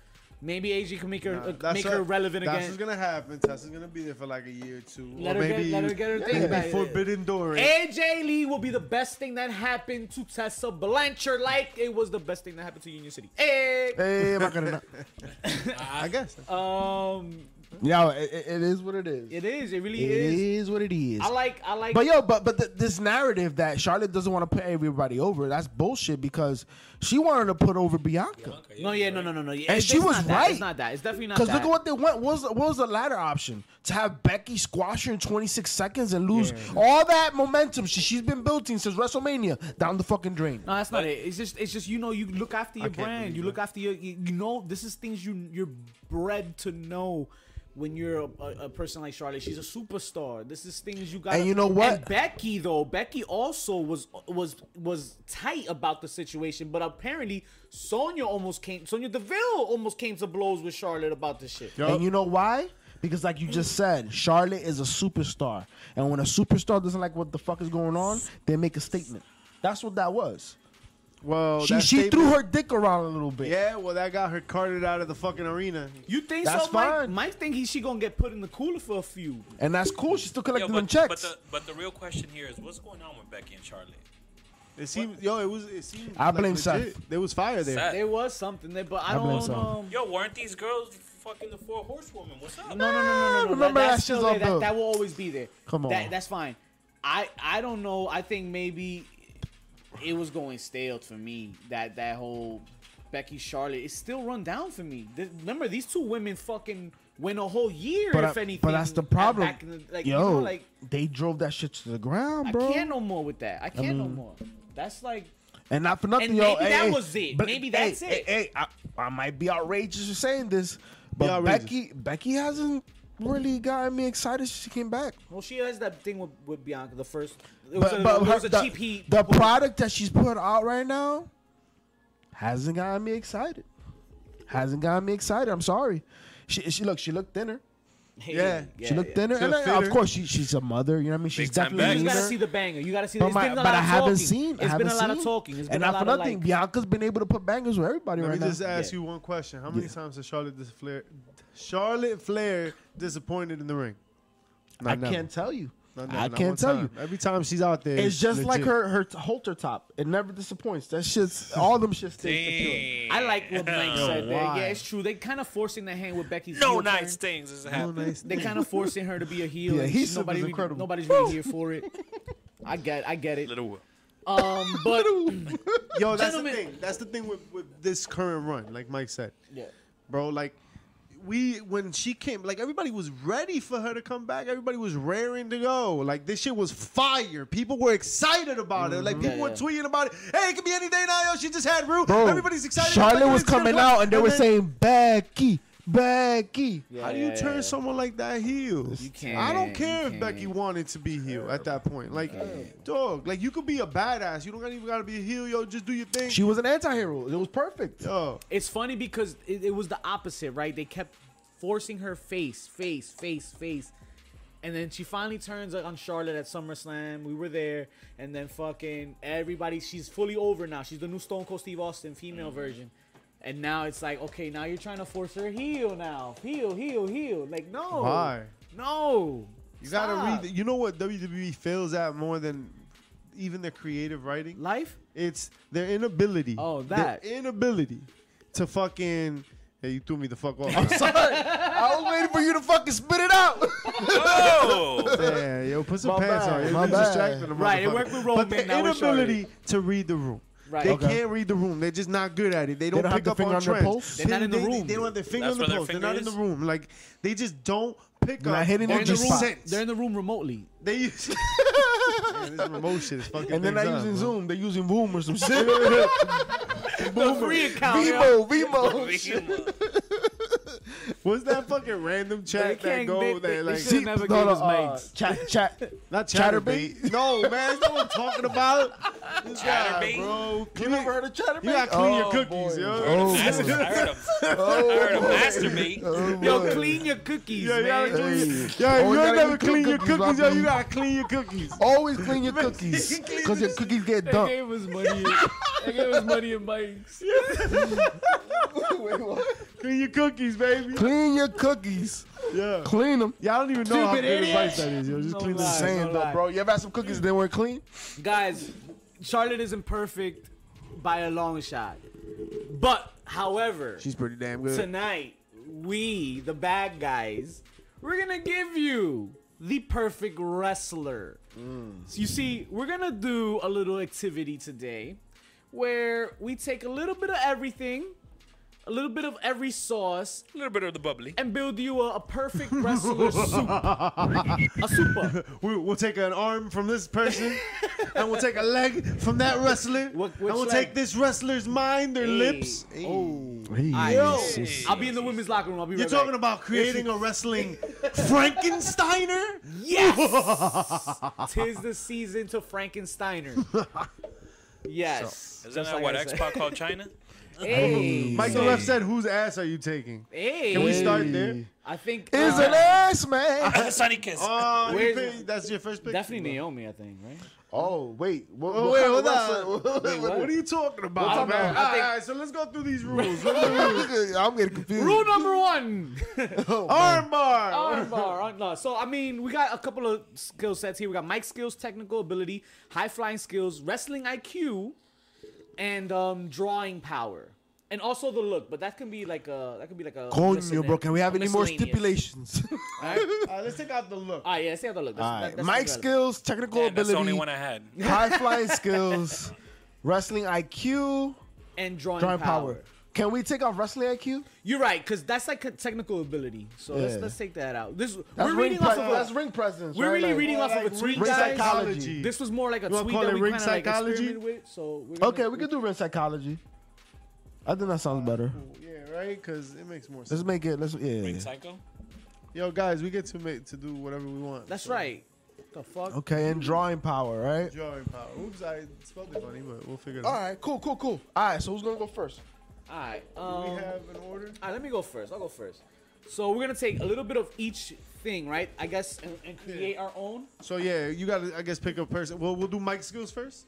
Maybe AJ can make her Nah, uh, that's make what- her relevant that's again. what's gonna happen. Tessa's gonna be there for like a year or two. Let or her get- maybe let her get her thing maybe back. Forbidden Door. AJ Lee will be the best thing that happened to Tessa Blanchard, like it was the best thing that happened to Union City. Eh, Hey. Hey, Macarena. I guess. Um, yeah, it, it- it is what it is. it is. It really It is. is what it is. I like. I like. But yo, but but th this narrative that Charlotte doesn't want to put everybody over, that's bullshit because she wanted to put over Bianca. Okay, no, yeah, yeah, you're no, right. no, no, no. Yeah, And it's- she it's was not that. right. It's not that. It's definitely not that. Because look at what they went. What was, what was the latter option? To have Becky squash her in 26 seconds and lose all that momentum she, she's been building since WrestleMania down the fucking drain. No, that's not it. It's just, it's just you know, you look after your can't brand. believe You that. look after your, you, you know, this is things you you're bred to know. When you're a, a, a person like Charlotte, she's a superstar. This is things you got. And you know what? And Becky though, Becky also was was was tight about the situation, but apparently Sonya almost came. Sonya Deville almost came to blows with Charlotte about this shit. And you know why? Because like you just said, Charlotte is a superstar. And when a superstar doesn't like what the fuck is going on, they make a statement. That's what that was. Well, she that she statement- threw her dick around a little bit. Yeah, well, that got her carted out of the fucking arena. You think That's so, Mike? fine. Mike think he she gonna get put in the cooler for a few. And that's cool. She's still Yo, collecting but, them checks. but the but the real question here is what's going on with Becky and Charlotte? It seemed, yo, it was. It seemed. I blame legit. Seth. There was fire there. Seth. There was something there, but I, I blame don't um, Sonya. know. Yo, weren't these girls fucking the four horsewomen? What's up? No, no, no, no, no, no. Remember that, that that's shit's still all there. That, built. that will always be there. Come That, on. that's fine. I I don't know. I think maybe it was going stale for me. That that whole Becky Charlotte is still run down for me. Th- remember these two women fucking went a whole year. But, if I- anything, but that's the at- problem. back in the- like, Yo, you know, like they drove that shit to the ground, bro. I can't no more with that. I can't no more. That's like and not for nothing, And yo. maybe hey, that hey, was it. Maybe hey, that's hey, it. Hey, I, I might be outrageous for saying this, but outrageous. Becky, Becky hasn't really gotten me excited since she came back. well, she has that thing with, with Bianca. The first, it was, But, a, but it her- was a the, cheap heat. the product that she's put out right now hasn't gotten me excited. Hasn't gotten me excited. I'm sorry. She, she look, she looked thinner. yeah, she looked thinner, She and looked I- of fitter. course she, she's a mother. You know what I mean? She's Big time definitely back. You leaner. just gotta see the banger. You gotta see. The, But, it's my, been a but lot I of haven't talking. seen. I It's haven't been a lot of seen. talking. It's been and a not lot for of nothing, like. Bianca's been able to put bangers with everybody Let right me now. just ask Yeah. you one question: How many times has Charlotte dis- Flair, Charlotte Flair, disappointed in the ring? I Not never. can't tell you. Not never, I not one can't tell time. you. Every time she's out there, It's just like legit. her her t- halter top. It never disappoints. That shit's all them shit stays. Damn. I like what Mike said there. why? Yeah, it's true. They kind of forcing the hand with Becky's. heel No turn. nice things is No happening. nice They kind of forcing her to be a heel. Yeah, and he she- said it nobody, was re- incredible. nobody's really here for it. I get, I get it. Little Will. Um, but Yo, that's Gentlemen. the thing. That's the thing with, with this current run, like Mike said, yeah, bro. Like we when she came, like everybody was ready for her to come back. Everybody was raring to go. Like this shit was fire. People were excited about it. Like people Yeah, were Mm-hmm. yeah. tweeting about it. Hey, it could be any day now. Yo, she just had Rue. Bro, Everybody's excited. Charlotte Like, was it's gonna coming work. out, and they were then- saying Becky, Becky. How do you turn someone like that heel? You can't, I don't you care if can't. Becky wanted to be heel at that point. Like, dog, like you could be a badass. You don't gotta- even gotta be a heel, yo. Just do your thing. She was an anti-hero. It was perfect. yo. It's funny because it, it was the opposite, right? They kept forcing her face, face, face, face. And then she finally turns on Charlotte at SummerSlam. We were there. And then fucking everybody, she's fully over now. She's the new Stone Cold Steve Austin female version. And now it's like, okay, now you're trying to force her heel now. Heel, heel, heel. Like, no. Why? No. You gotta Stop. read. You know what WWE fails at more than even their creative writing? Life? It's their inability. Oh, Their that. inability to fucking. Hey, you threw me the fuck off. I'm sorry. I was waiting for you to fucking spit it out. Oh! Yeah, yo, put some My pants bad, on. It my was bad. distracting the Right, it motherfucker. worked with But Roman, the now with inability to read the room. Right. They Okay. can't read the room. They're just not good at it. They don't, don't have pick their up finger on on their trends. pulse? They're not in the They- room. They don't have their finger That's on where the their pulse. They're not in finger the room. Like they just don't pick They're up not hitting They're in, They're on in the the the spot. room. sense. They're in the room remotely. They use Man, this remote shit is fucking. and they're things not up, using bro. Zoom. They're using Voom or some shit. The free account. yo. Vimo, Vimo. What's that fucking random chat that can't- go they- that they- they like shouldn't have- Never gave us uh, mics. chat, chat. not Chatterbait? chatterbait? no, man, that's not what I'm talking about. This guy, Chatterbait? bro. You Clean, never heard of chatterbait? you gotta clean your Oh, cookies, boy. yo. Oh, I heard boy. him. I heard him masturbate. Oh, Yo, boy. clean your cookies, Yeah, you gotta man. clean, Hey. yo, if Oh, you you ain't gotta never eat clean your cookies, cookies, yo. Bobby. You gotta clean your cookies. Always clean your cookies because your cookies get They dumped. gave us money. They gave us money and bikes. Wait, what? Clean your cookies, baby. Clean your cookies. Yeah. Clean them. Yeah, I don't even know how Stupid good advice idiot. that is. Yo, just No clean the lie. sand. Saying no though, lie. bro. You ever had some cookies that weren't clean? guys, Charlotte isn't perfect by a long shot. But however, She's pretty damn good. tonight we, the bad guys, we're gonna give you the perfect wrestler. Mm. So you see, we're gonna do a little activity today where we take a little bit of everything, a little bit of every sauce, A little bit of the bubbly. and build you a, a perfect wrestler soup. A super. We, we'll take an arm from this person, and we'll take a leg from that wrestler, What- and we'll which take leg? this wrestler's mind, their lips. Oh. Hey, Yo. sis. I'll be in the women's locker room. I'll be You're right talking back. about creating a wrestling Frankensteiner? Yes! Tis the season to Frankensteiner. Yes. Isn't Just that like what I X said. Pac called China? Hey. Michael F said, "Whose ass are you taking?" Hey. Can we start there? I think. Is uh, an ass man. Ah, Sunny Kiss. Oh, you Where's- pick- that's your first pick. Definitely Naomi, I think, right? Oh wait. What, Oh, what wait, kind hold of on. wrestler- what? are you talking I about, don't man? know. I All think- right, so let's go through these rules. I'm getting confused. Rule number one. Armbar. Armbar. ar- no, So I mean, we got a couple of skill sets here. We got mic skills, technical ability, high flying skills, wrestling IQ, and um, drawing power, and also the look. But that can be like a that can be like a. Coño, bro. Can we have any more miscellaneous. stipulations? All right, All right, let's take out the look. All right, yeah, let's see how the look. That's, All that- right. that's Mic irrelevant. skills, technical Damn, that's the only ability, one I had. high flying skills, wrestling IQ, and drawing, drawing power. power. Can we take off wrestling IQ? You're right, because that's like a technical ability. So let's Yeah. let's take that out. This That's we're ring, reading pre- off of a, that's ring presence. we're right? really Like- reading off of a Like tweet, ring guys. psychology. This was more like a wanna tweet call that it we ring kind of like psychology? experimented with. So we're gonna- Okay, we could do ring psychology. I think that sounds better. Yeah, right. Because it makes more sense. Let's make it. Let's Ring yeah. Psycho. Yo, guys, we get to make to do whatever we want. That's so- right. The fuck. Okay, and drawing power, right? Drawing power. Oops, I spelled it funny, but we'll figure it All out. right, cool, cool, cool. All right, so who's gonna go first? All right. Do Um, we have an order. All right, let me go first. I'll go first. So we're gonna take a little bit of each thing, right? I guess, and, and create our own. So yeah, you gotta I guess pick a person. Well, we'll do mic skills first.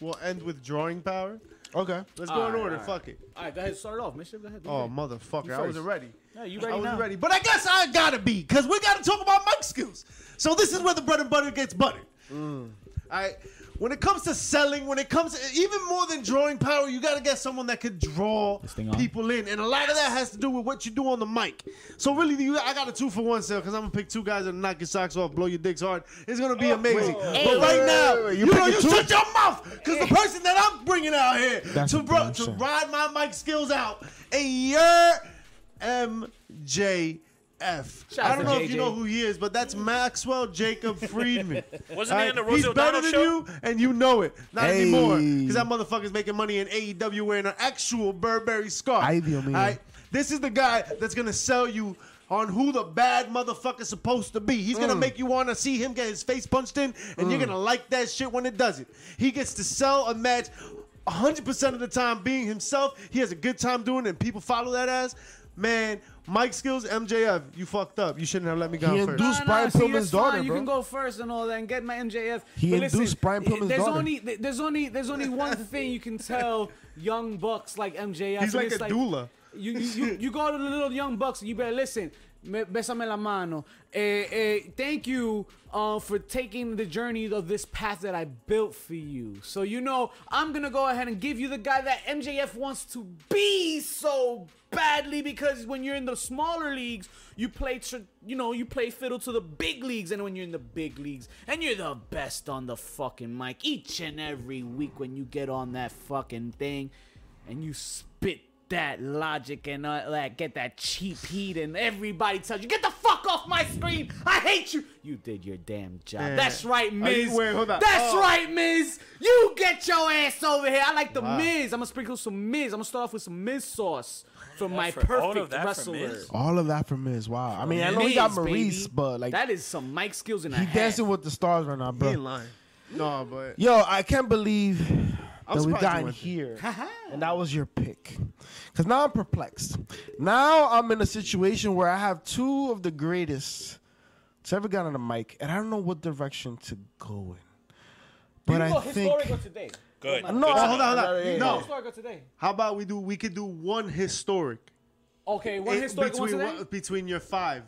We'll end with drawing power. Okay. Let's go in Alright, order. alright. Fuck it. All right, go ahead. Start it off, Mischief. Go ahead. do Oh it. motherfucker, You I wasn't first. ready. yeah, you I ready wasn't now? ready, but I guess I gotta be because we gotta talk about mic skills. So this is where the bread and butter gets buttered. Mm. All right. When it comes to selling, when it comes to even more than drawing power, you gotta get someone that could draw thing on? people in, and a lot of that has to do with what you do on the mic. So really, you, I got a two for one sale because I'm gonna pick two guys that'll knock your socks off, blow your dicks hard. It's gonna Oh, be amazing. But right wait, now, wait, wait. You you, know, picking you two? shut your mouth because the person that I'm bringing out here That's to what bro, I'm to saying. ride my mic skills out, and you're. MJF. I out don't to know if you JJ. know who he is, but that's Maxwell Jacob Friedman. Wasn't he in the Alright, He's Rosie better O'Donnell than show? you, and you know it. Not Hey. anymore, because that motherfucker's making money in AEW wearing an actual Burberry scarf. Ay, Dios mío. Alright? This is the guy that's gonna sell you on who the bad motherfucker's supposed to be. He's gonna make you wanna see him get his face punched in, and you're gonna like that shit when it does it. He gets to sell a match 100% of the time being himself. He has a good time doing it, and people follow that ass. Man, Mike Skills, MJF, you fucked up. You shouldn't have let me go He first. induced- Who's Brian see, Pillman's that's daughter, fine. You bro? can go first and all that, and get my MJF. He But listen, induced Brian Pillman's there's daughter. Only, th- there's only there's only one thing you can tell young bucks like MJF. and He's like it's a doula. You, you, you, you go to the little young bucks. You better listen. Me, besame la mano. Eh, eh, thank you uh, for taking the journey of this path that I built for you. So you know I'm gonna go ahead and give you the guy that MJF wants to be so badly because when you're in the smaller leagues, you play tr- you know you play fiddle to the big leagues, and when you're in the big leagues, and you're the best on the fucking mic each and every week when you get on that fucking thing and you spit that logic and all that, get that cheap heat, and everybody tells you, "Get the fuck off my screen! I hate you." You did your damn job. Man. That's right, Are you- Miz. wait, hold on. That's Oh. right, Miz. You get your ass over here. I like the Wow. Miz. I'm gonna sprinkle some Miz. I'm gonna start off with some Miz sauce from my for- all of perfect that for wrestler. Miz? Oh, All of that for Miz. Wow. I mean, I know he Miz, got Maurice, baby. but like that is some mic skills in a he hat. dancing with the stars right now, He bro. ain't lying. No, but Yo, I can't believe that we've surprised you gotten went there. here. and that was your pick. Because now I'm perplexed. Now I'm in a situation where I have two of the greatest to ever got on the mic, and I don't know what direction to go in. But you go I think. Oh. historic or today. Good. No, Good No, to hold know. on, hold Yeah, yeah, on. yeah. No, Historic or today. how about we do? We could do one historic. Okay, one It- historic, one between today. one- between your five.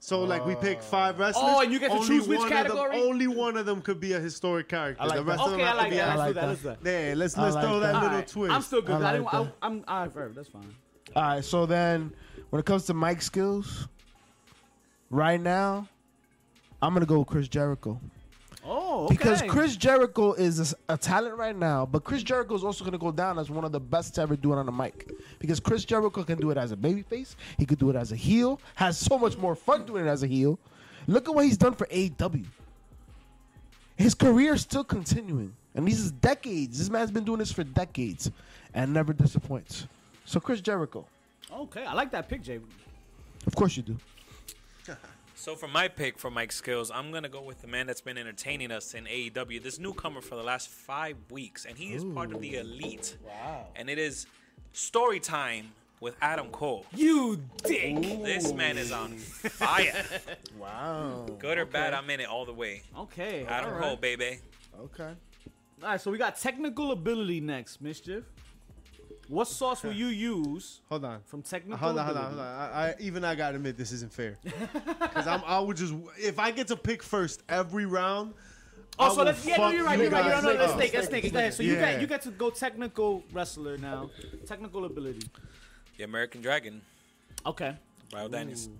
So like we pick five wrestlers. Oh, and you get to only choose which one of them- category? only one of them could be a historic character. I like the rest that. of them Okay, I have like to be. that. I Let's like do that. that. Let's do that. Yeah, let's I let's like throw that, that. All little right, twist. I'm still good. I I, didn't, like I, that. I'm all right, forever. That's fine. All right, so then when it comes to mic skills, right now, I'm gonna go with Chris Jericho Oh, because Chris Jericho is a, a talent right now, but Chris Jericho is also gonna go down as one of the best to ever do it on the mic because Chris Jericho can do it as a babyface, he could do it as a heel, has so much more fun doing it as a heel. Look at what he's done for AEW. His career is still continuing, and these is decades. This man's been doing this for decades, and never disappoints. So Chris Jericho. Okay, I like that pick, Jay. Of course you do. So for my pick for Mike Skills, I'm gonna go with the man that's been entertaining us in AEW, this newcomer for the last five weeks, and he is part of the elite. Wow. And it is story time with Adam Cole. You dick. This man is on fire. wow. Good or bad, I'm in it all the way. Okay. Adam all right. Cole, baby. Okay. All right, so we got technical ability next, mischief. What sauce will you use hold on. from technical Hold on, hold ability? on, hold on. I, I, even I gotta admit this isn't fair. Because I'm, I would just if I get to pick first every round. I Oh, so will let's yeah, no, fuck you're right, you you're right, you're right. guys No, let's up. think, let's think. Go ahead. So you Yeah. got you got to go technical wrestler now, technical ability. The American Dragon, Okay, Ryle Daniels.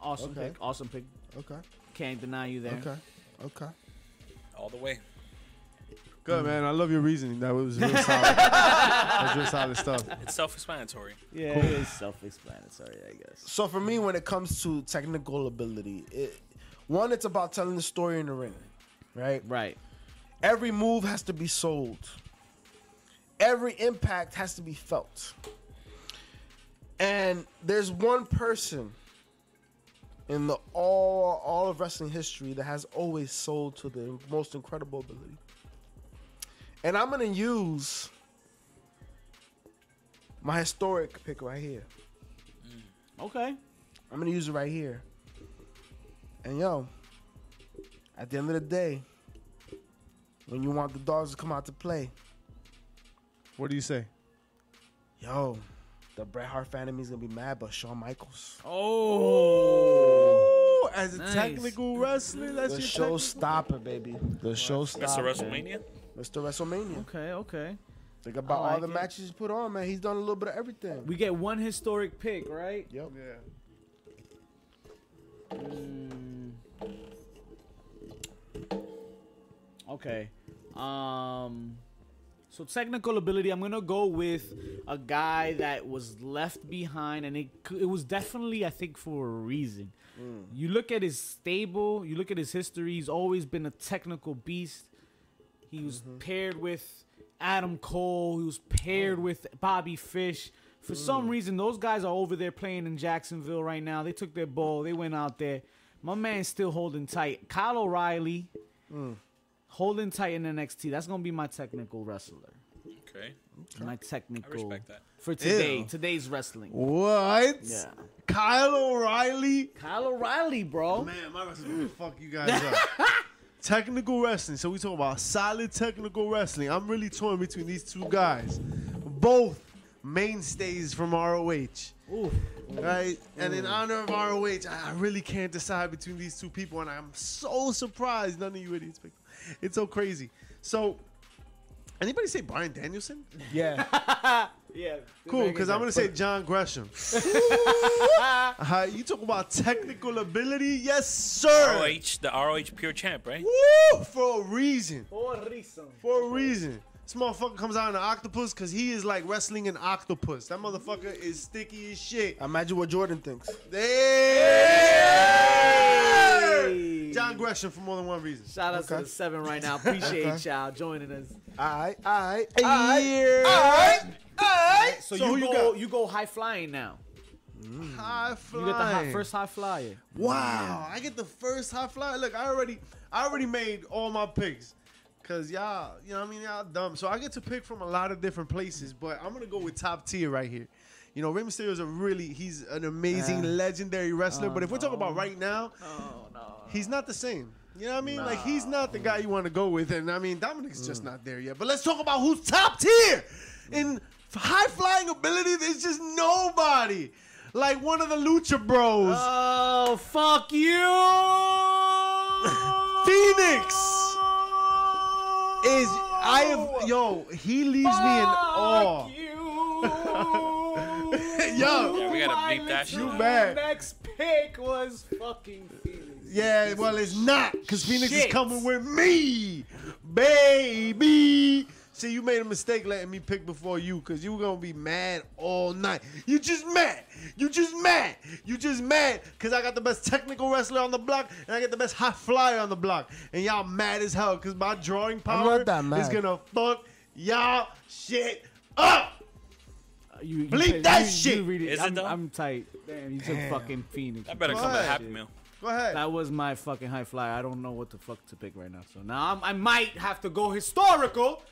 awesome Okay. pick, awesome pick. Okay. Can't deny you there. Okay. Okay. All the way. Good man, I love your reasoning. That was real solid. that was real solid stuff. It's self explanatory. Yeah, it is self-explanatory, I guess. So for me, when it comes to technical ability, it, one, it's about telling the story in the ring, right? Right. Every move has to be sold. Every impact has to be felt. And there's one person in the all all of wrestling history that has always sold to the most incredible ability. And I'm gonna use my historic pick right here. Okay. I'm gonna use it right here. And yo, at the end of the day, when you want the dogs to come out to play, What do you say? yo, the Bret Hart fan in me is gonna be mad, but Shawn Michaels, Oh. Ooh, as a Nice. technical wrestler, that's the your showstopper, baby, the Mr. showstopper, WrestleMania. Mr. WrestleMania. Okay. Okay. Think about I like all the it. matches he's put on, man. He's done a little bit of everything. We get one historic pick, right? yep. technical- Yeah. Mm. Okay. Um so technical ability, I'm gonna go with a guy that was left behind, and it c- it was definitely I think for a reason. You look at his stable, you look at his history. He's always been a technical beast. He was paired with Adam Cole. He was paired with Bobby Fish. For some reason, those guys are over there playing in Jacksonville right now. They took their ball. They went out there. My man's still holding tight. Kyle O'Reilly Mm. holding tight in NXT. That's gonna be my technical wrestler. Okay. My technical. respect that. For today, Ew. today's wrestling. What? Yeah. Kyle O'Reilly? Kyle O'Reilly, bro. Man, my wrestling will fuck you guys up. technical wrestling. So we talk about solid technical wrestling. I'm really torn between these two guys. Both mainstays from ROH. Ooh. Right? And in honor of ROH, I I really can't decide between these two people, and I'm so surprised none of you idiots picked them. It's so crazy. So, anybody say Brian Danielson? Yeah. Yeah. Cool, because I'm gonna say John Gresham. Uh, you talk about technical ability, yes, sir. ROH, the ROH Pure Champ, right? Woo! For a reason. For a reason. For a reason. This motherfucker comes out in an octopus because he is like wrestling an octopus. That motherfucker is sticky as shit. Imagine what Jordan thinks. Hey! John Gresham for more than one reason. Shout out to Okay. the seven right now. Appreciate y'all joining us. Alright, alright, So, So you who you go, got? you, go high flying now. High You get the high, flying. first high flyer. Wow, I get the first high flyer. Look, I already, I already made all my picks, cause y'all, you know, what I mean, y'all dumb. So I get to pick from a lot of different places, but I'm gonna go with top tier right here. You know, Rey Mysterio is a really, he's an amazing, legendary wrestler. but if we're talking about right now, Oh no. he's not the same. You know what I mean? Like he's not the guy you want to go with, and I mean Dominic's Mm. just not there yet. But let's talk about who's top tier in high flying ability. There's just nobody like one of the Lucha Bros, Oh, fuck you! Phoenix. Is I have yo he leaves me in awe. Fuck you! Yo. Yeah, we gotta My beep that shit literal out. Bad. Next pick was fucking Phoenix. Yeah, well, it's not because Phoenix Shit. is coming with me, baby. See, you made a mistake letting me pick before you because you were gonna be mad all night. You just mad. You just mad. You just mad because I got the best technical wrestler on the block and I got the best high flyer on the block, and y'all mad as hell because my drawing power not that is mad. gonna fuck y'all shit up. Uh, You, you Bleep said- that you- you shit. read Is it I'm, though? I'm tight. Damn, you took fucking Phoenix. That better Go come with a ahead. happy meal. Go ahead. That was my fucking high flyer. I don't know what the fuck to pick right now. So now I'm, I might have to go historical.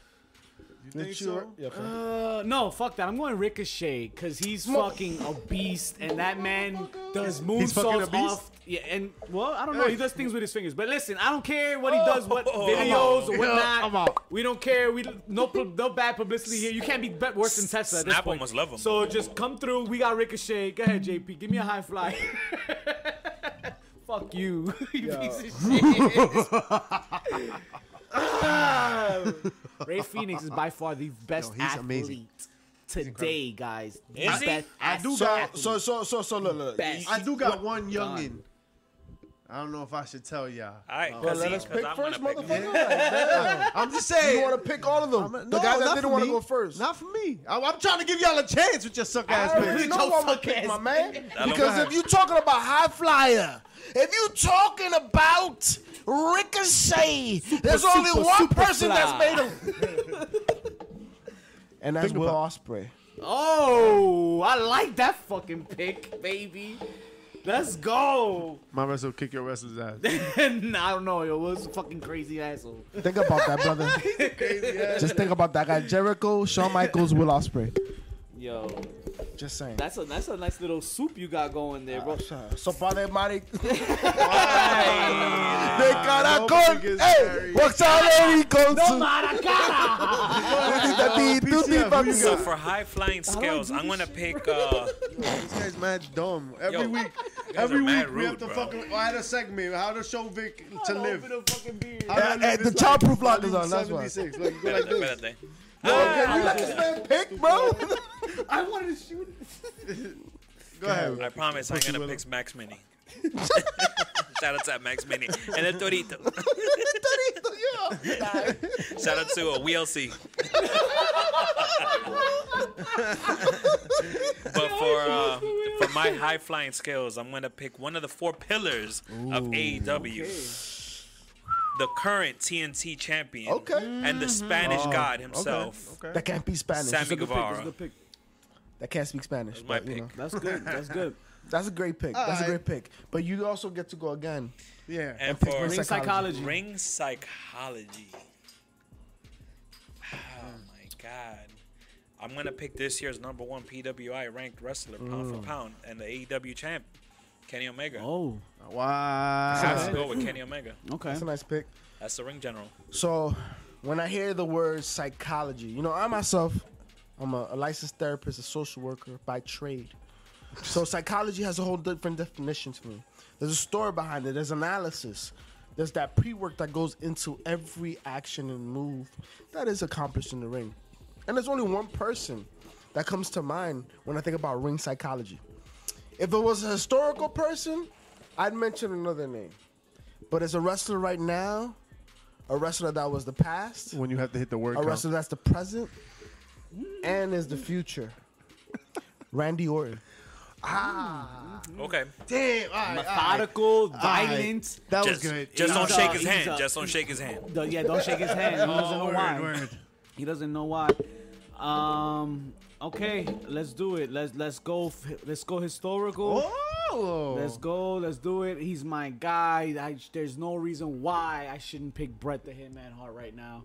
You think so? Yeah, fam. Uh, no, fuck that. I'm going Ricochet because he's fucking a beast, and that man does fucking a moonsaults beast? off. Yeah, and well, I don't know. He does things with his fingers. But listen, I don't care what he does, what Oh. videos or Yeah, whatnot. I'm out. We don't care. We no pu- no bad publicity here. You can't be bet worse than Tesla. At this Snap point. almost love him. So just come through. We got Ricochet. Go ahead, JP. Give me a high fly. Fuck you, you piece of shit. Ah, Ray Phoenix is by far the best he's athlete amazing. today, guys. The Is he? best I do athlete. So, so, so, so, so, look, look. Best. I do got one youngin. I don't know if I should tell y'all. All right, Well, cause let he- us 'cause pick I'm gonna first, pick him. motherfucker. I'm just Like, saying. You want to pick all of them? I'm- the no, guy not that for didn't want me. to go first. Not for me. I, I'm trying to give y'all a chance with your suck ass I already bitch. know Your I'm gonna suck pick ass my man. That'll Because go. if you talking about high flyer, if you talking about Ricochet, there's super, only one super person fly. that's made him. and that's Will Osprey. Oh, I like that fucking pick, baby. Let's go. My wrestler will kick your wrestler's ass. And I don't know, yo. What's a fucking crazy asshole? Think about that, brother. Just think about that guy. Jericho, Shawn Michaels, Will Osprey. Yo, Just saying. that's a that's a nice little soup you got going there, bro. So padre Mari. De Nobody caracol. gets Hey, married. what's up, lady? Con Ah, No su maracara. tutita, tutti, PCF, who you So papi. got? for high flying skills, I'm gonna pick. Uh, this guy's mad dumb. Every Yo, week, guys every are week mad we have rude, to bro. fucking. I had a segment how to show Vic to live. Open the fucking beer. How to Yeah, live and his Eh, the childproof life. lock is on, that's why. 76. Like, you go better like day, better this. day. Ah, Can you let this man pick, bro? I wanted to shoot. Go ahead. I promise I'm gonna pick Max Mini. Shout out to Max Mini and then Torito. Shout out to uh, WLC. but for uh, for my high flying skills, I'm gonna pick one of the four pillars of AEW. The current TNT champion Okay. and the Mm-hmm. Spanish Oh. god himself, That can't be Spanish. Sammy That's a Guevara. good pick. That can't speak Spanish. That's my but, you pick. know. That's good. That's good. That's a great pick. That's a great Alright. pick. But you also get to go again. Yeah. And pick for Ring Psychology. psychology. Ring psychology. Oh Hmm. my god. I'm gonna pick this year's number one PWI ranked wrestler, pound for pound, and the AEW champ, Kenny Omega. Mm. Oh, Have to Wow. go with Kenny Omega. okay. That's a nice pick. That's the ring general. So, when I hear the word psychology, you know, I myself, I'm a, a licensed therapist, a social worker by trade. So, psychology has a whole different definition to me. There's a story behind it, there's analysis, there's that pre work that goes into every action and move that is accomplished in the ring. And there's only one person that comes to mind when I think about ring psychology. If it was a historical person, I'd mention another name. But as a wrestler right now, a wrestler that was the past, When you have to hit the word a count. wrestler that's the present, and is the future. Randy Orton. Mm. Okay. Damn. All right, all right. Methodical, All right. violent. That was Just, good. just don't He's shake a- his he's hand. a- Just don't shake his hand. Don't- Yeah, don't shake his hand. He doesn't know Oh, Word, why. word. He doesn't know why. Um. Okay, let's do it. Let's let's go. f- Let's go historical. Oh. Let's go. Let's do it. He's my guy. I, there's no reason why I shouldn't pick Brett the Hitman Hart right now.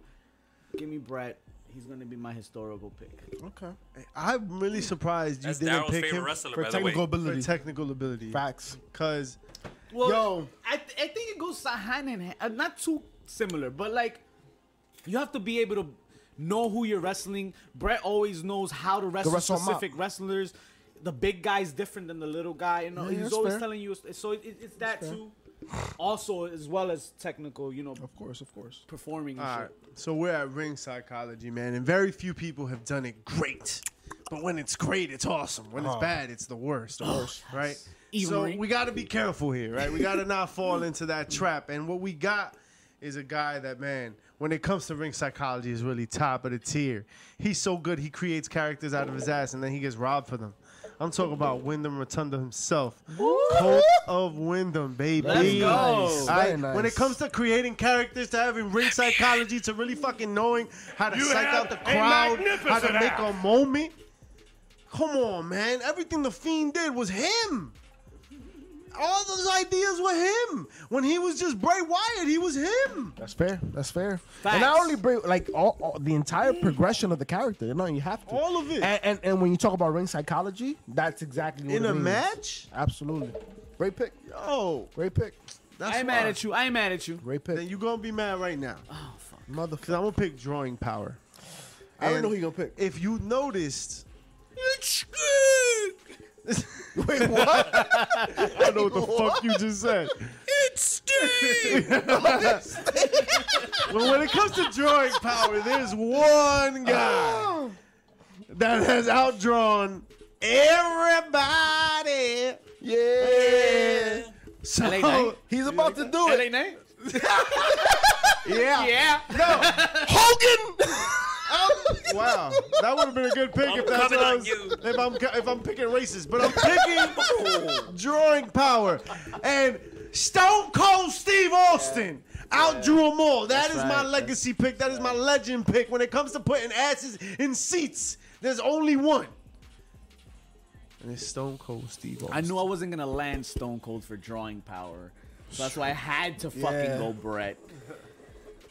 Give me Brett. He's gonna be my historical pick. Okay. I'm really surprised you Hmm. That's didn't Daryl's pick favorite him wrestler, for by the way. technical ability. For technical ability. Facts. Because Well, Yo. I, th- I think it goes si- hand in hand. Uh, Not too similar, but like you have to be able to know who you're wrestling. Brett always knows how to wrestle wrestle 'em up. specific wrestlers. The big guy's different than the little guy. You know, Yeah, he's that's always fair. telling you. So it, it- it's that too. Also, as well as technical, you know, Of course, of course. performing and All shit. right. So we're at Ring Psychology, man, and very few people have done it great. But when it's great, it's awesome. When Oh. it's bad, it's the worst. The worst, right? Evil so Ring. we got to be careful here, right? We got to not fall into that trap. And what we got is a guy that, man, when it comes to ring psychology, is really top of the tier. He's so good, he creates characters out of his ass, and then he gets robbed for them. I'm talking about Wyndham Rotunda himself, Colt of Wyndham, baby. Let's go. All right? Very nice. When it comes to creating characters, to having ring psychology, to really fucking knowing how to psych out the crowd, how to make a moment. Come on, man. Everything the Fiend did was him. All those ideas were him. When he was just Bray Wyatt, he was him. That's fair. That's fair. And not Facts. only bring like all, all- the entire progression of the character. You know, you have to All of it. And and, and when you talk about ring psychology, that's exactly what In it a means. match? Absolutely. Great pick. Oh, Great pick. that's I ain't mad at you. I ain't mad at you. Great Then pick. you gonna be mad right now. Cause Motherfucker. I'm gonna pick drawing power. I don't And know who you gonna pick. If you noticed, Wait, what? I don't know what the fuck you just said. But when it comes to drawing power, there's Oh. one guy that has outdrawn everybody. yeah. So, LA Knight? He's about to do LA it. Knight? yeah. Yeah. Wow, that would have been a good pick I'm if that's coming what I on was, you. if I'm ca- if I'm picking races, but I'm picking drawing power and Stone Cold Steve Austin outdrew them all. That's my legacy pick. That is my legend pick. When it comes to putting asses in seats, there's only one, and it's Stone Cold Steve Austin. I knew I wasn't gonna land Stone Cold for drawing power, so that's why I had to fucking Yeah. go Brett.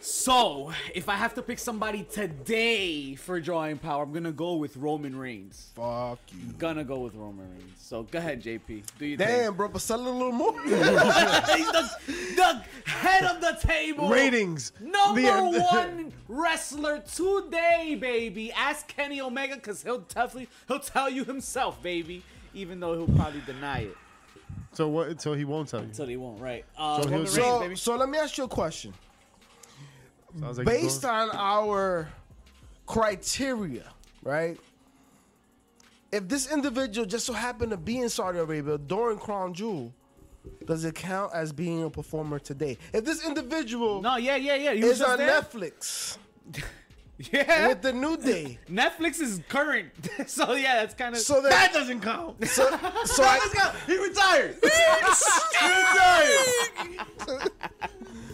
So if I have to pick somebody today for drawing power, I'm gonna go with Roman Reigns. Fuck you. Gonna go with Roman Reigns. So go ahead, JP. Do you Damn, bro, but sell it a little more. He's the, the head of the table. ratings. Number The- one wrestler today, baby. Ask Kenny Omega, cause he'll definitely he'll tell you himself, baby. Even though he'll probably deny it. So what? So he won't tell you. So they won't, right? Uh, So Roman he'll- Reigns, so, baby. so let me ask you a question. Sounds like he's based going- on our criteria, right? If this individual just so happened to be in Saudi Arabia during Crown Jewel, does it count as being a performer today? If this individual No, yeah, yeah, yeah. He was is just on there. Netflix Yeah, with the New Day, Netflix is current, so yeah, that's kind of. so that, that doesn't count. so, so I, He retired. he retired.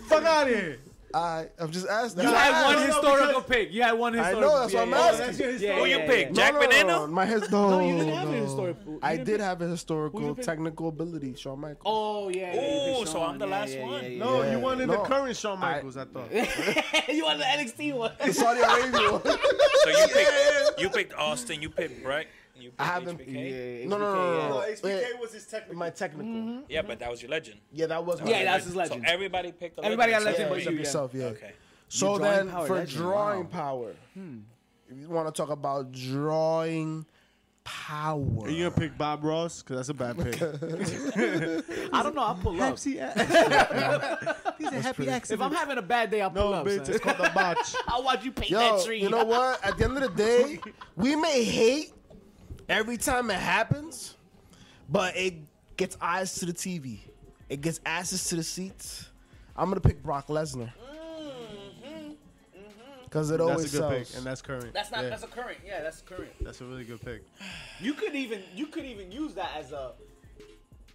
Fuck out of here. I I'm just asking. you I- had I one don't know, historical because- pick. You had one historical. that's yeah, what I'm yeah, asking. yeah. That's your Yeah, historical- Who you yeah, pick? yeah. Jack Banana? My his, no, Oh, you didn't have a no. historical- you I didn't- did have a Who'd you historical pick? technical ability, Shawn Michaels. Oh yeah. yeah, you Ooh, picked so I'm the Shawn. last yeah, one. Yeah, yeah, No, you wanted no. the current Shawn Michaels, I, thought. yeah. you want the NXT one? The Saudi Arabia. one. So you picked you picked Austin, you picked Brett, you picked I haven't. HBK. No, no, no, no, Oh, no. Wait, was his technical. my technical. Mm-hmm. Yeah. but that was your legend. Yeah, that was. Yeah, that's his legend. So everybody picked a Everybody got legend, legend. except but for you, yeah. yourself. Yeah. Okay. So drawing then, power for legend, drawing wow. power, if you want to talk about drawing power, Are you gonna pick Bob Ross? Cause that's a bad pick. I don't know. I'll pull up. He's a happy If I'm having a bad day, I'll pull No, up. bitch, son. it's called the botch. I'll watch you paint yo, that tree. you know what? At the end of the day, we may hate every time it happens, but it gets eyes to the TV. It gets asses to the seats. I'm gonna pick Brock Lesnar because it Mm-hmm. That's always a good sells. pick, and that's current. That's not. Yeah, That's a current. Yeah, that's current. that's a really good pick. You could even. You could even use that as a.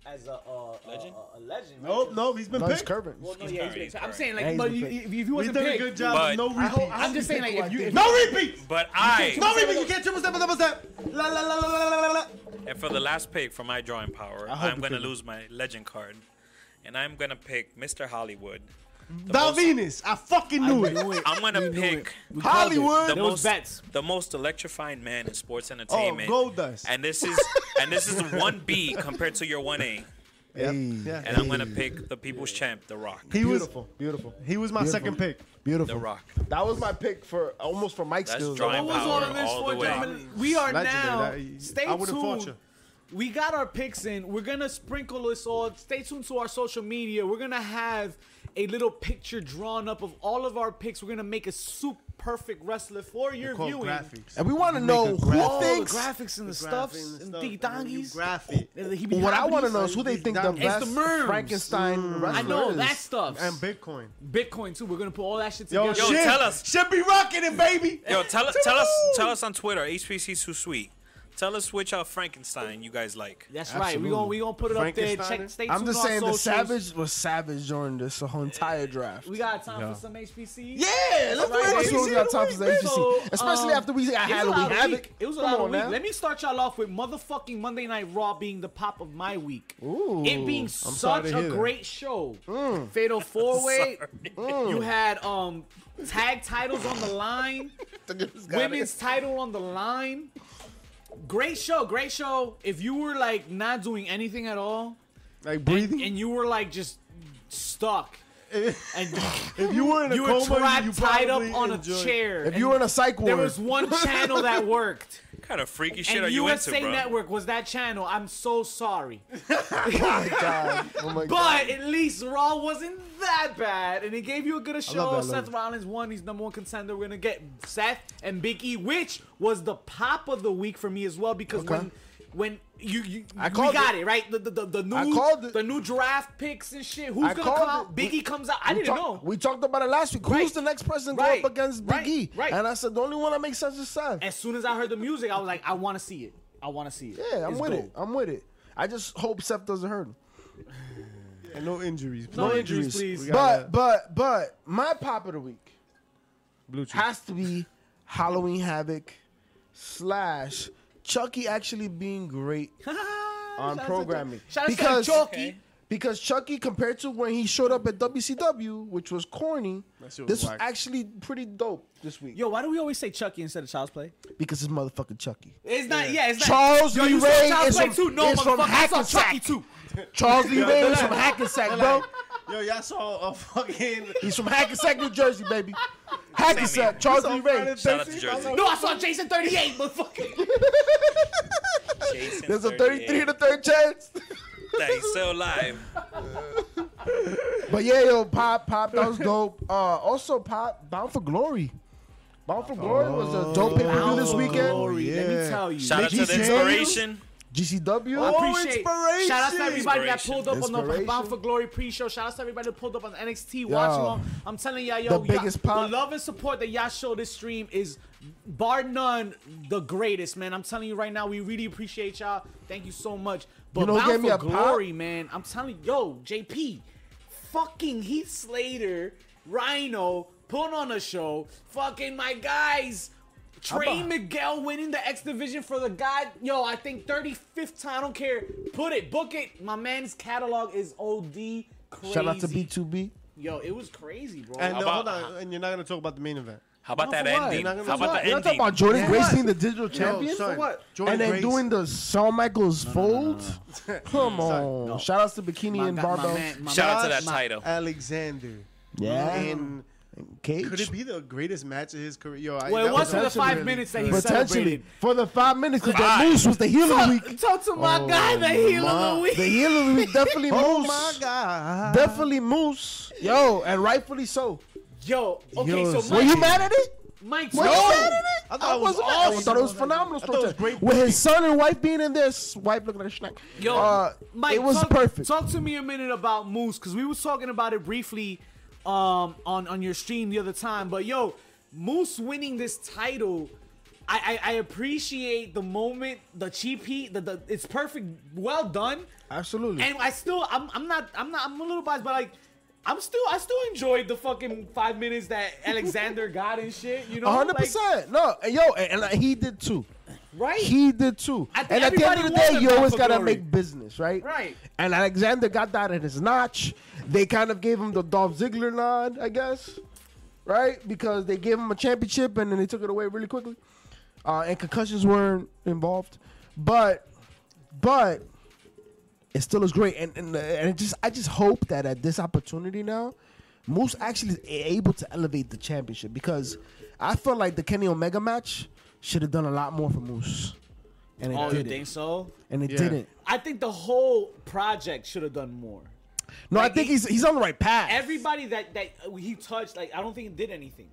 As a uh, Legend? A, a legend. right? Nope, nope, he's been No, it's picked. current. Well, no, He's yeah, current, he's he's been, I'm current. saying like, Yeah, he's but been you, picked. if you He's wasn't done a picked, good job. But- no I hope- repeats. I I'm just saying like, if you, if no repeats. But I No repeats. You can't triple step, double step. La la la la la la la. la. And for the last pick for my drawing power, hope I'm you going to pick him. lose my legend card. And I'm going to pick Mr. Hollywood. The Val most- Venus. I fucking knew it. I'm going to knew pick it. We called Hollywood. the Those most bets. the most electrifying man in sports entertainment. Goldust. And this is and this is 1B compared to your 1A. Yeah. And I'm gonna pick the people's champ, The Rock. He was Beautiful, beautiful, he was my Beautiful. second pick. beautiful. The Rock. That was my pick for almost for Mike's That's skills. drawing What was power on this all for, the way. gentlemen? We are Legendary. now. That- stay I wouldn't fault tuned. you. We got our picks in. We're gonna sprinkle this all. Stay tuned to our social media. We're gonna have a little picture drawn up of all of our picks. We're gonna make a super perfect wrestler for your Called viewing. graphics. And we want to know All who the thinks. graphics and the, stuffs and the dongies. Graphic. What I want to know is who they think the It's the best Merms. Frankenstein wrestler I know is. that stuff. And Bitcoin. Bitcoin too. We're gonna put all that shit Yo, together. Yo, shit. tell us. Should be rocking it, baby. Yo, tell us. Tell us. Tell us on Twitter. HPC Susui. Tell us which uh, Frankenstein you guys like. That's right. We gonna we gonna put it up there. Check. Frankensteiner. Stay I'm tuned just on saying the socials. Savage was savage during this whole entire draft. We got time for some HPC. yeah, let's Right, do HBC it. We got time for the baby. So, HBC, especially um, after we It was got a lot Halloween of Havoc. week. It was a Come lot of on week. now. Let me start y'all off with motherfucking Monday Night Raw being the pop of my week. Ooh, Mm. it being sorry such to a hear that. great show. Fatal four way. You had um tag titles on the line, women's title on the line. Great show, great show. If you were like not doing anything at all Like breathing. and you were like just stuck and if you were in a you were coma, trapped, you tied up probably on a enjoyed- chair. If and you were in a psych ward, there was one channel that worked, What kind of freaky shit and are you USA into, bro? Network was that channel. I'm so sorry, God. Oh my God. but at least Raw wasn't that bad, and it gave you a good a show. love Seth it. Rollins won; he's number one contender. We're gonna get Seth and Big E, which was the pop of the week for me as well, because Okay. when. When you, you I we called got it, it. right? The the, the, the new I called it. the new draft picks and shit. Who's I gonna called come out? it. Biggie We- comes out. I we didn't talk- know. We talked about it last week. Right. Who's the next person Right. go up against Big Right. E? Right. And I said the only one that makes sense is Seth. As soon as I heard the music, I was like, I want to see it. I want to see it. Yeah, I'm It's with dope. it. I'm with it. I just hope Seth doesn't hurt him. And no injuries. No please. injuries, please. We But got but but my pop of the week Blue chew. has to be Halloween Havoc slash Chucky actually being great on Shout out to programming Chuck- Shout out because to Chucky. Okay. because Chucky compared to when he showed up at WCW, which was corny, That this shit was was whack. actually pretty dope this week Yo, why do we always say Chucky instead of Child's Play? because it's motherfucking Chucky. It's not. Yeah, it's not. Charles Yo, Lee you saw Ray Child's is Play from- too? No, is from motherfucker, I saw Hackensack. Chucky too. Charles Lee Ray they're is like- from Hackensack, bro. Yo, y'all saw a fucking. He's from Hackensack, New Jersey, baby. Hackensack, Charles Lee Ray. Shout out to Jersey. No, I saw Jason 38, motherfucker. Jason There's a 33 and a third chance. That he's still alive. But yeah, yo, pop, pop, that was dope. Uh, also, pop, Bound for Glory. Bound for Glory was a dope pay per view Bound this for weekend. Glory, Oh, Let me tell you. Shout out to the James? inspiration. GCW. I appreciate. inspiration. Shout out to everybody that pulled up on the Inspiration. Bound for Glory pre-show. Shout out to everybody that pulled up on NXT watching along. I'm telling y'all, yo, The y'all- biggest pop. the love and support that y'all show this stream is bar none the greatest, man. I'm telling you right now, we really appreciate y'all. Thank you so much. But know who Bound gave me for a pop? Glory, man. I'm telling you, yo, JP, fucking Heath Slater, Rhino, put on a show. Fucking my guys. Trey Abba. Miguel winning the X division for the god, yo, I think 35th time, I don't care. Put it, book it. My man's catalog is OD crazy. Shout out to B2B. Yo, it was crazy, bro. And How no, hold about- on. And you're not gonna talk about the main event. How about No, that for what? ending? You're not gonna- How for about what? the You're talking ending? about Jordan Yeah. Grace being the digital champion? son. For what? Jordan and then Grace. doing the Shawn Michaels fold? Come on. Shout outs to Bikini My and guy- my Barbell. man- my Shout out man- to that my- title. Alexander. Yeah. And Cage. could it be the greatest match of his career? Yo, I, Well, it that was for the potentially- five minutes that he Potentially. celebrated. For the five minutes, because the Five. Moose was the heel of the week. Oh Talk to my guy, the heel of the The week. heel of the week definitely Oh Moose. my God! Definitely Moose. Yo, and rightfully so. Yo, okay, Yo, so Were Mike, you mad at it? Mike's Were you mad at it? I thought it was wasn't mad. I awesome. thought it was phenomenal. I thought it was storytelling. great With his son and wife being in there, s- wife looking at a snack. Yo, uh, Mike, it was talk, perfect. Talk to me a minute about Moose because we was talking about it briefly um, on on your stream the other time. But yo, Moose winning this title, I I, I appreciate the moment, the cheap heat, the, the it's perfect, well done. Absolutely. And I still, I'm, I'm not, I'm not, I'm a little biased, but like. I'm still, I still enjoyed the fucking five minutes that Alexander got and shit. You know, A hundred Like, percent. No, and yo, and, and, like, he did too. right? He did too. I think And at the end of the everybody day, wanted you Bound always for gotta Glory. make business, right? Right. And Alexander got that in his notch. They kind of gave him the Dolph Ziggler nod, I guess, right? Because they gave him a championship and then they took it away really quickly. Uh, and concussions weren't involved, but but It still is great, and and, and it just I just hope that at this opportunity now, Moose actually is able to elevate the championship because I felt like the Kenny Omega match should have done a lot more for Moose, and it Oh, you didn't, think so? and it Yeah. didn't. I think the whole project should have done more. No, Like, I think he- he's he's on the right path. Everybody that that he touched, like I don't think it did anything.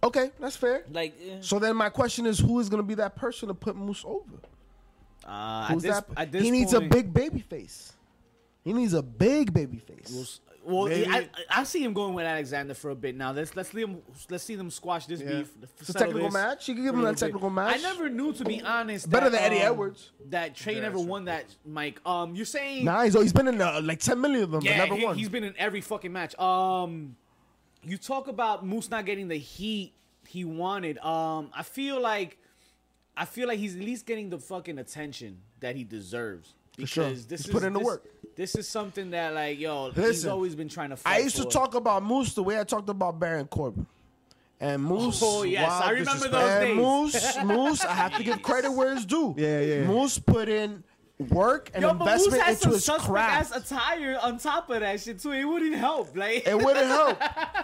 okay, that's fair. Like eh. So then my question is, who is going to be that person to put Moose over? uh, at Who's this, that? at this he needs a point- big baby face. He needs a big baby face. Well, Maybe- I, I I see him going with Alexander for a bit now. Let's let's leave him, let's see them squash this Yeah. beef. it's a settle technical this match. You can for give a him that little bit. technical match. I never knew, to be honest. Better that, than Eddie um, Edwards. That Trey never won that, Mike. Um, you're saying Nah, he's, he's been in uh, like 10 million of them, yeah, but never he, won. has been in every fucking match. Um, you talk about Moose not getting the heat he wanted. Um, I feel like, I feel like he's at least getting the fucking attention that he deserves. Because sure. this He's is put in the this, work. This is something that like yo, he's Listen, always been trying to. Fight I used to for. talk about Moose the way I talked about Baron Corbin. And Moose, Oh, yes, I Wild remember disrespect. those and days. Moose, Moose, I have to give credit where it's due. Yeah, yeah. Moose put in work and Yo, but Moose investment had into some his suspect craft. ass attire on top of that shit too. It wouldn't help, like. it wouldn't help.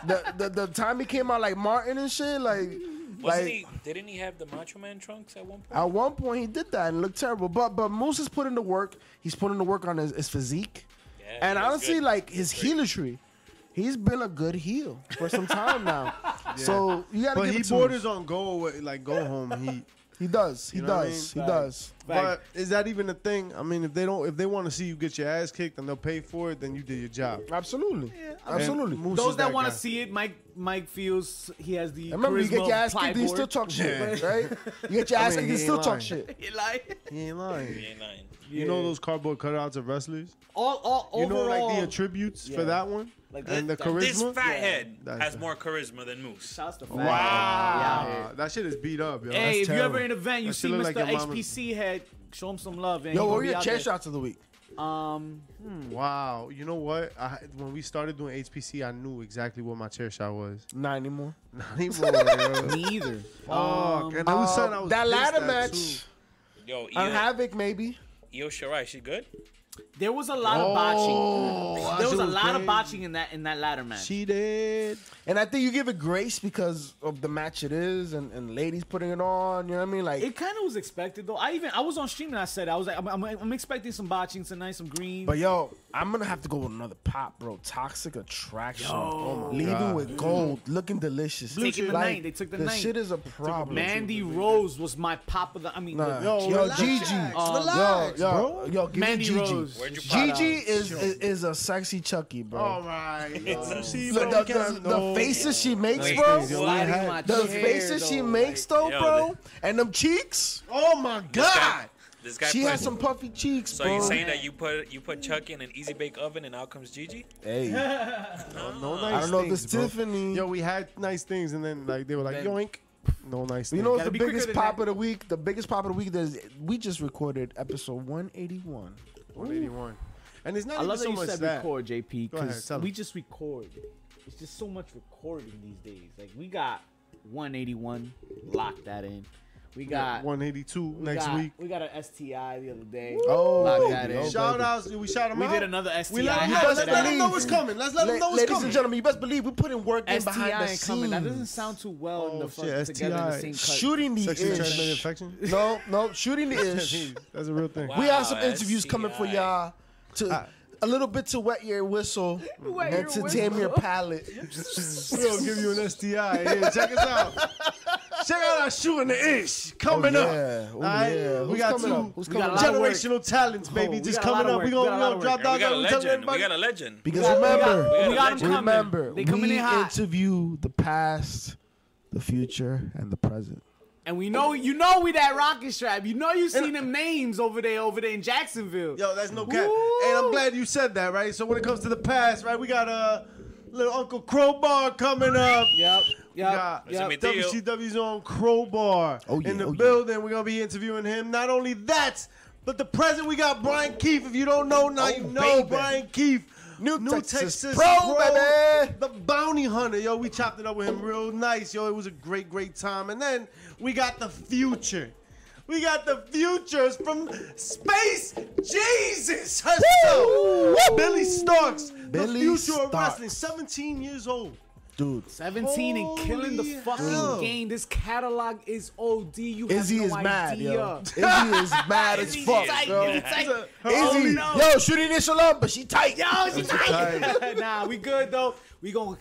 The, the the time he came out like Martin and shit, like Wasn't like he? Didn't he have the Macho Man trunks at one point? At one point, he did that and looked terrible. But but Moose has put in the work. He's put in the work on his, his physique, Yeah, and he looks honestly, good. like his heelistry, he's been a good heel for some time now. So you gotta But give he it to him. borders on go away, like go home heat. He does. He You know what I does. mean? He does. Like- But is that even a thing? I mean, if they don't, if they want to see you get your ass kicked and they'll pay for it, then you did your job. Absolutely. And Absolutely. Moose Those is that want guy. to see it, Mike Mike feels he has the. I remember you get charisma your of ass kicked, and you Cyborg. still talk shit, Yeah. right? You get your ass kicked, mean, and you he still ain't talk lying. shit. like He ain't lying. He ain't lying. You know those cardboard cutouts of wrestlers. all, all You know, overall. like the attributes Yeah. for that one Like and the that- that- charisma. This fathead That's has the- more charisma than Moose. Shouts to Wow, Fab. Yeah. that shit is beat up, yo. Hey, if That's you ever terrible. in an event, you That see shit look Mr. like your mama- HPC head, show him some love. And Yo, he what gonna were be your out chair there. shots of the week? Um, Wow, you know what? I, when we started doing HPC, I knew exactly what my chair shot was. Not anymore. Not anymore, yo. me either. Oh, Um, Fuck, and I was saying I was that pissed ladder at, match too. Yo, Io, on Havoc, maybe. Io Shirai, she good? There was a lot of Oh, botching. that There was shit a was lot of crazy. botching in that in that ladder match. She did. And I think you give it grace because of the match it is, and, and ladies putting it on. You know what I mean? Like, It kind of was expected though. I even I was on stream and I said I was like I'm, I'm, I'm expecting some botching tonight, some green. but yo, I'm gonna have to go with another pop, bro. Toxic attraction, leaving God. with gold, looking delicious. Taking the Like, night, they took the the night. shit is a problem. Mandy Rose was my pop of the. I mean, Nah. the- Yo, relax, Gigi, Um, relax, yo, yo, bro. yo, give Mandy me Gigi. Rose. Where'd you pop? Gigi is, is is a sexy Chucky, Oh bro. my! a- God. See, Look, bro, the, we can't- the, no. the faces she makes, Wait, bro. wait, Sliding in my The chair, faces she though, makes, like- though, Yo, bro, and them cheeks. Oh my God! This guy. She put, has some puffy cheeks, So bro. you saying that you put you put Chuck in an easy bake oven and out comes Gigi? Hey. No nice I don't know if things, it's bro. Tiffany. Yo, we had nice things, and then like they were like, Then- yoink. No nice things. you know what's Gotta the be quicker biggest than pop that. of the week? The biggest pop of the week is we just recorded episode 181. 181. And it's not I even love that so you much said that. record, JP, Go ahead, because tell we 'em. just record. It's just so much recording these days. Like we got 181, lock that in. We got 182 we next got- week. We got an STI the other day. Oh, lock that baby, in. oh, Shout outs. We shout them We out. did another STI. We let them know. after Let's best let that. them know what's coming. Let's let La- them know what's ladies coming. and gentlemen, you best believe we put in work in STI behind the ain't coming. That doesn't scenes. sound too well in Oh, the shit, fucking together in the same STI. cut. Shooting the Sexually transmitted ish. infection. No, no, shooting the ish. That's a real thing. Wow. We have some Ah, Wow, interviews coming for STI. y'all. Ah. To a little bit to wet your whistle Wet and your to tame your whistle. palate. We'll give you an STI. Here, check us out. Check out our shooting the ish coming Oh, up. yeah. Oh, All right? yeah. We Who's got coming two up? Who's We got coming a lot up? of work. generational talents, baby. Oh, we just got a lot coming of up. we work. We going got a to lot drop of work. down. And we got a down, tell legend. We everybody. got a legend. Because got- we got- remember, we got a them legend. coming. Remember, They coming we in hot. interview the past, the future, and the present. And we know you know we that rocket strap. You know you seen them names over there over there in Jacksonville. Yo, that's no cap. And I'm glad you said that, right? So when it comes to the past, right, we got a little Uncle Crowbar coming up. Yep. Yep. Got It's a Yep. big deal. WCW's own Crowbar Oh, yeah, in the oh, yeah. building. We're gonna be interviewing him. Not only that, but the present we got Brian Keefe. If you don't know, now you know Oh, baby. Brian Keefe. New Texas Pro, Pro, baby. The bounty hunter, yo. We chopped it up with him real nice, yo. It was a great, great time. And then we got the future. We got the futures from Space Jesus herself. Billy Starks, the Billy future of Starks. wrestling, 17 years old. dude. 17 and killing the Holy fucking hell. game. This catalog is OD. You have Izzy no is idea. mad, yo. Izzy is mad as Izzy's fuck, tight, bro. Izzy's tight. Oh, Izzy, no. yo, shooting this alone, but she tight. Yo, she nah, we good though. We gonna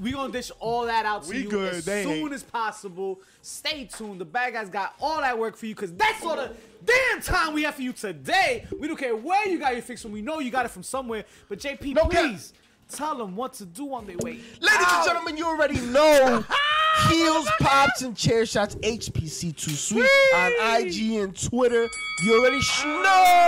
we gonna dish all that out to We you good, as they soon ain't. as possible. Stay tuned. The bad guys got all that work for you because that's all the damn time we have for you today. We don't care where you got your fix from. We know you got it from somewhere. But JP, cap. please tell them what to do on their way. Ladies and gentlemen, you already know. Heels, pops, and chair shots. HPC too sweet on IG and Twitter. You already sh- know.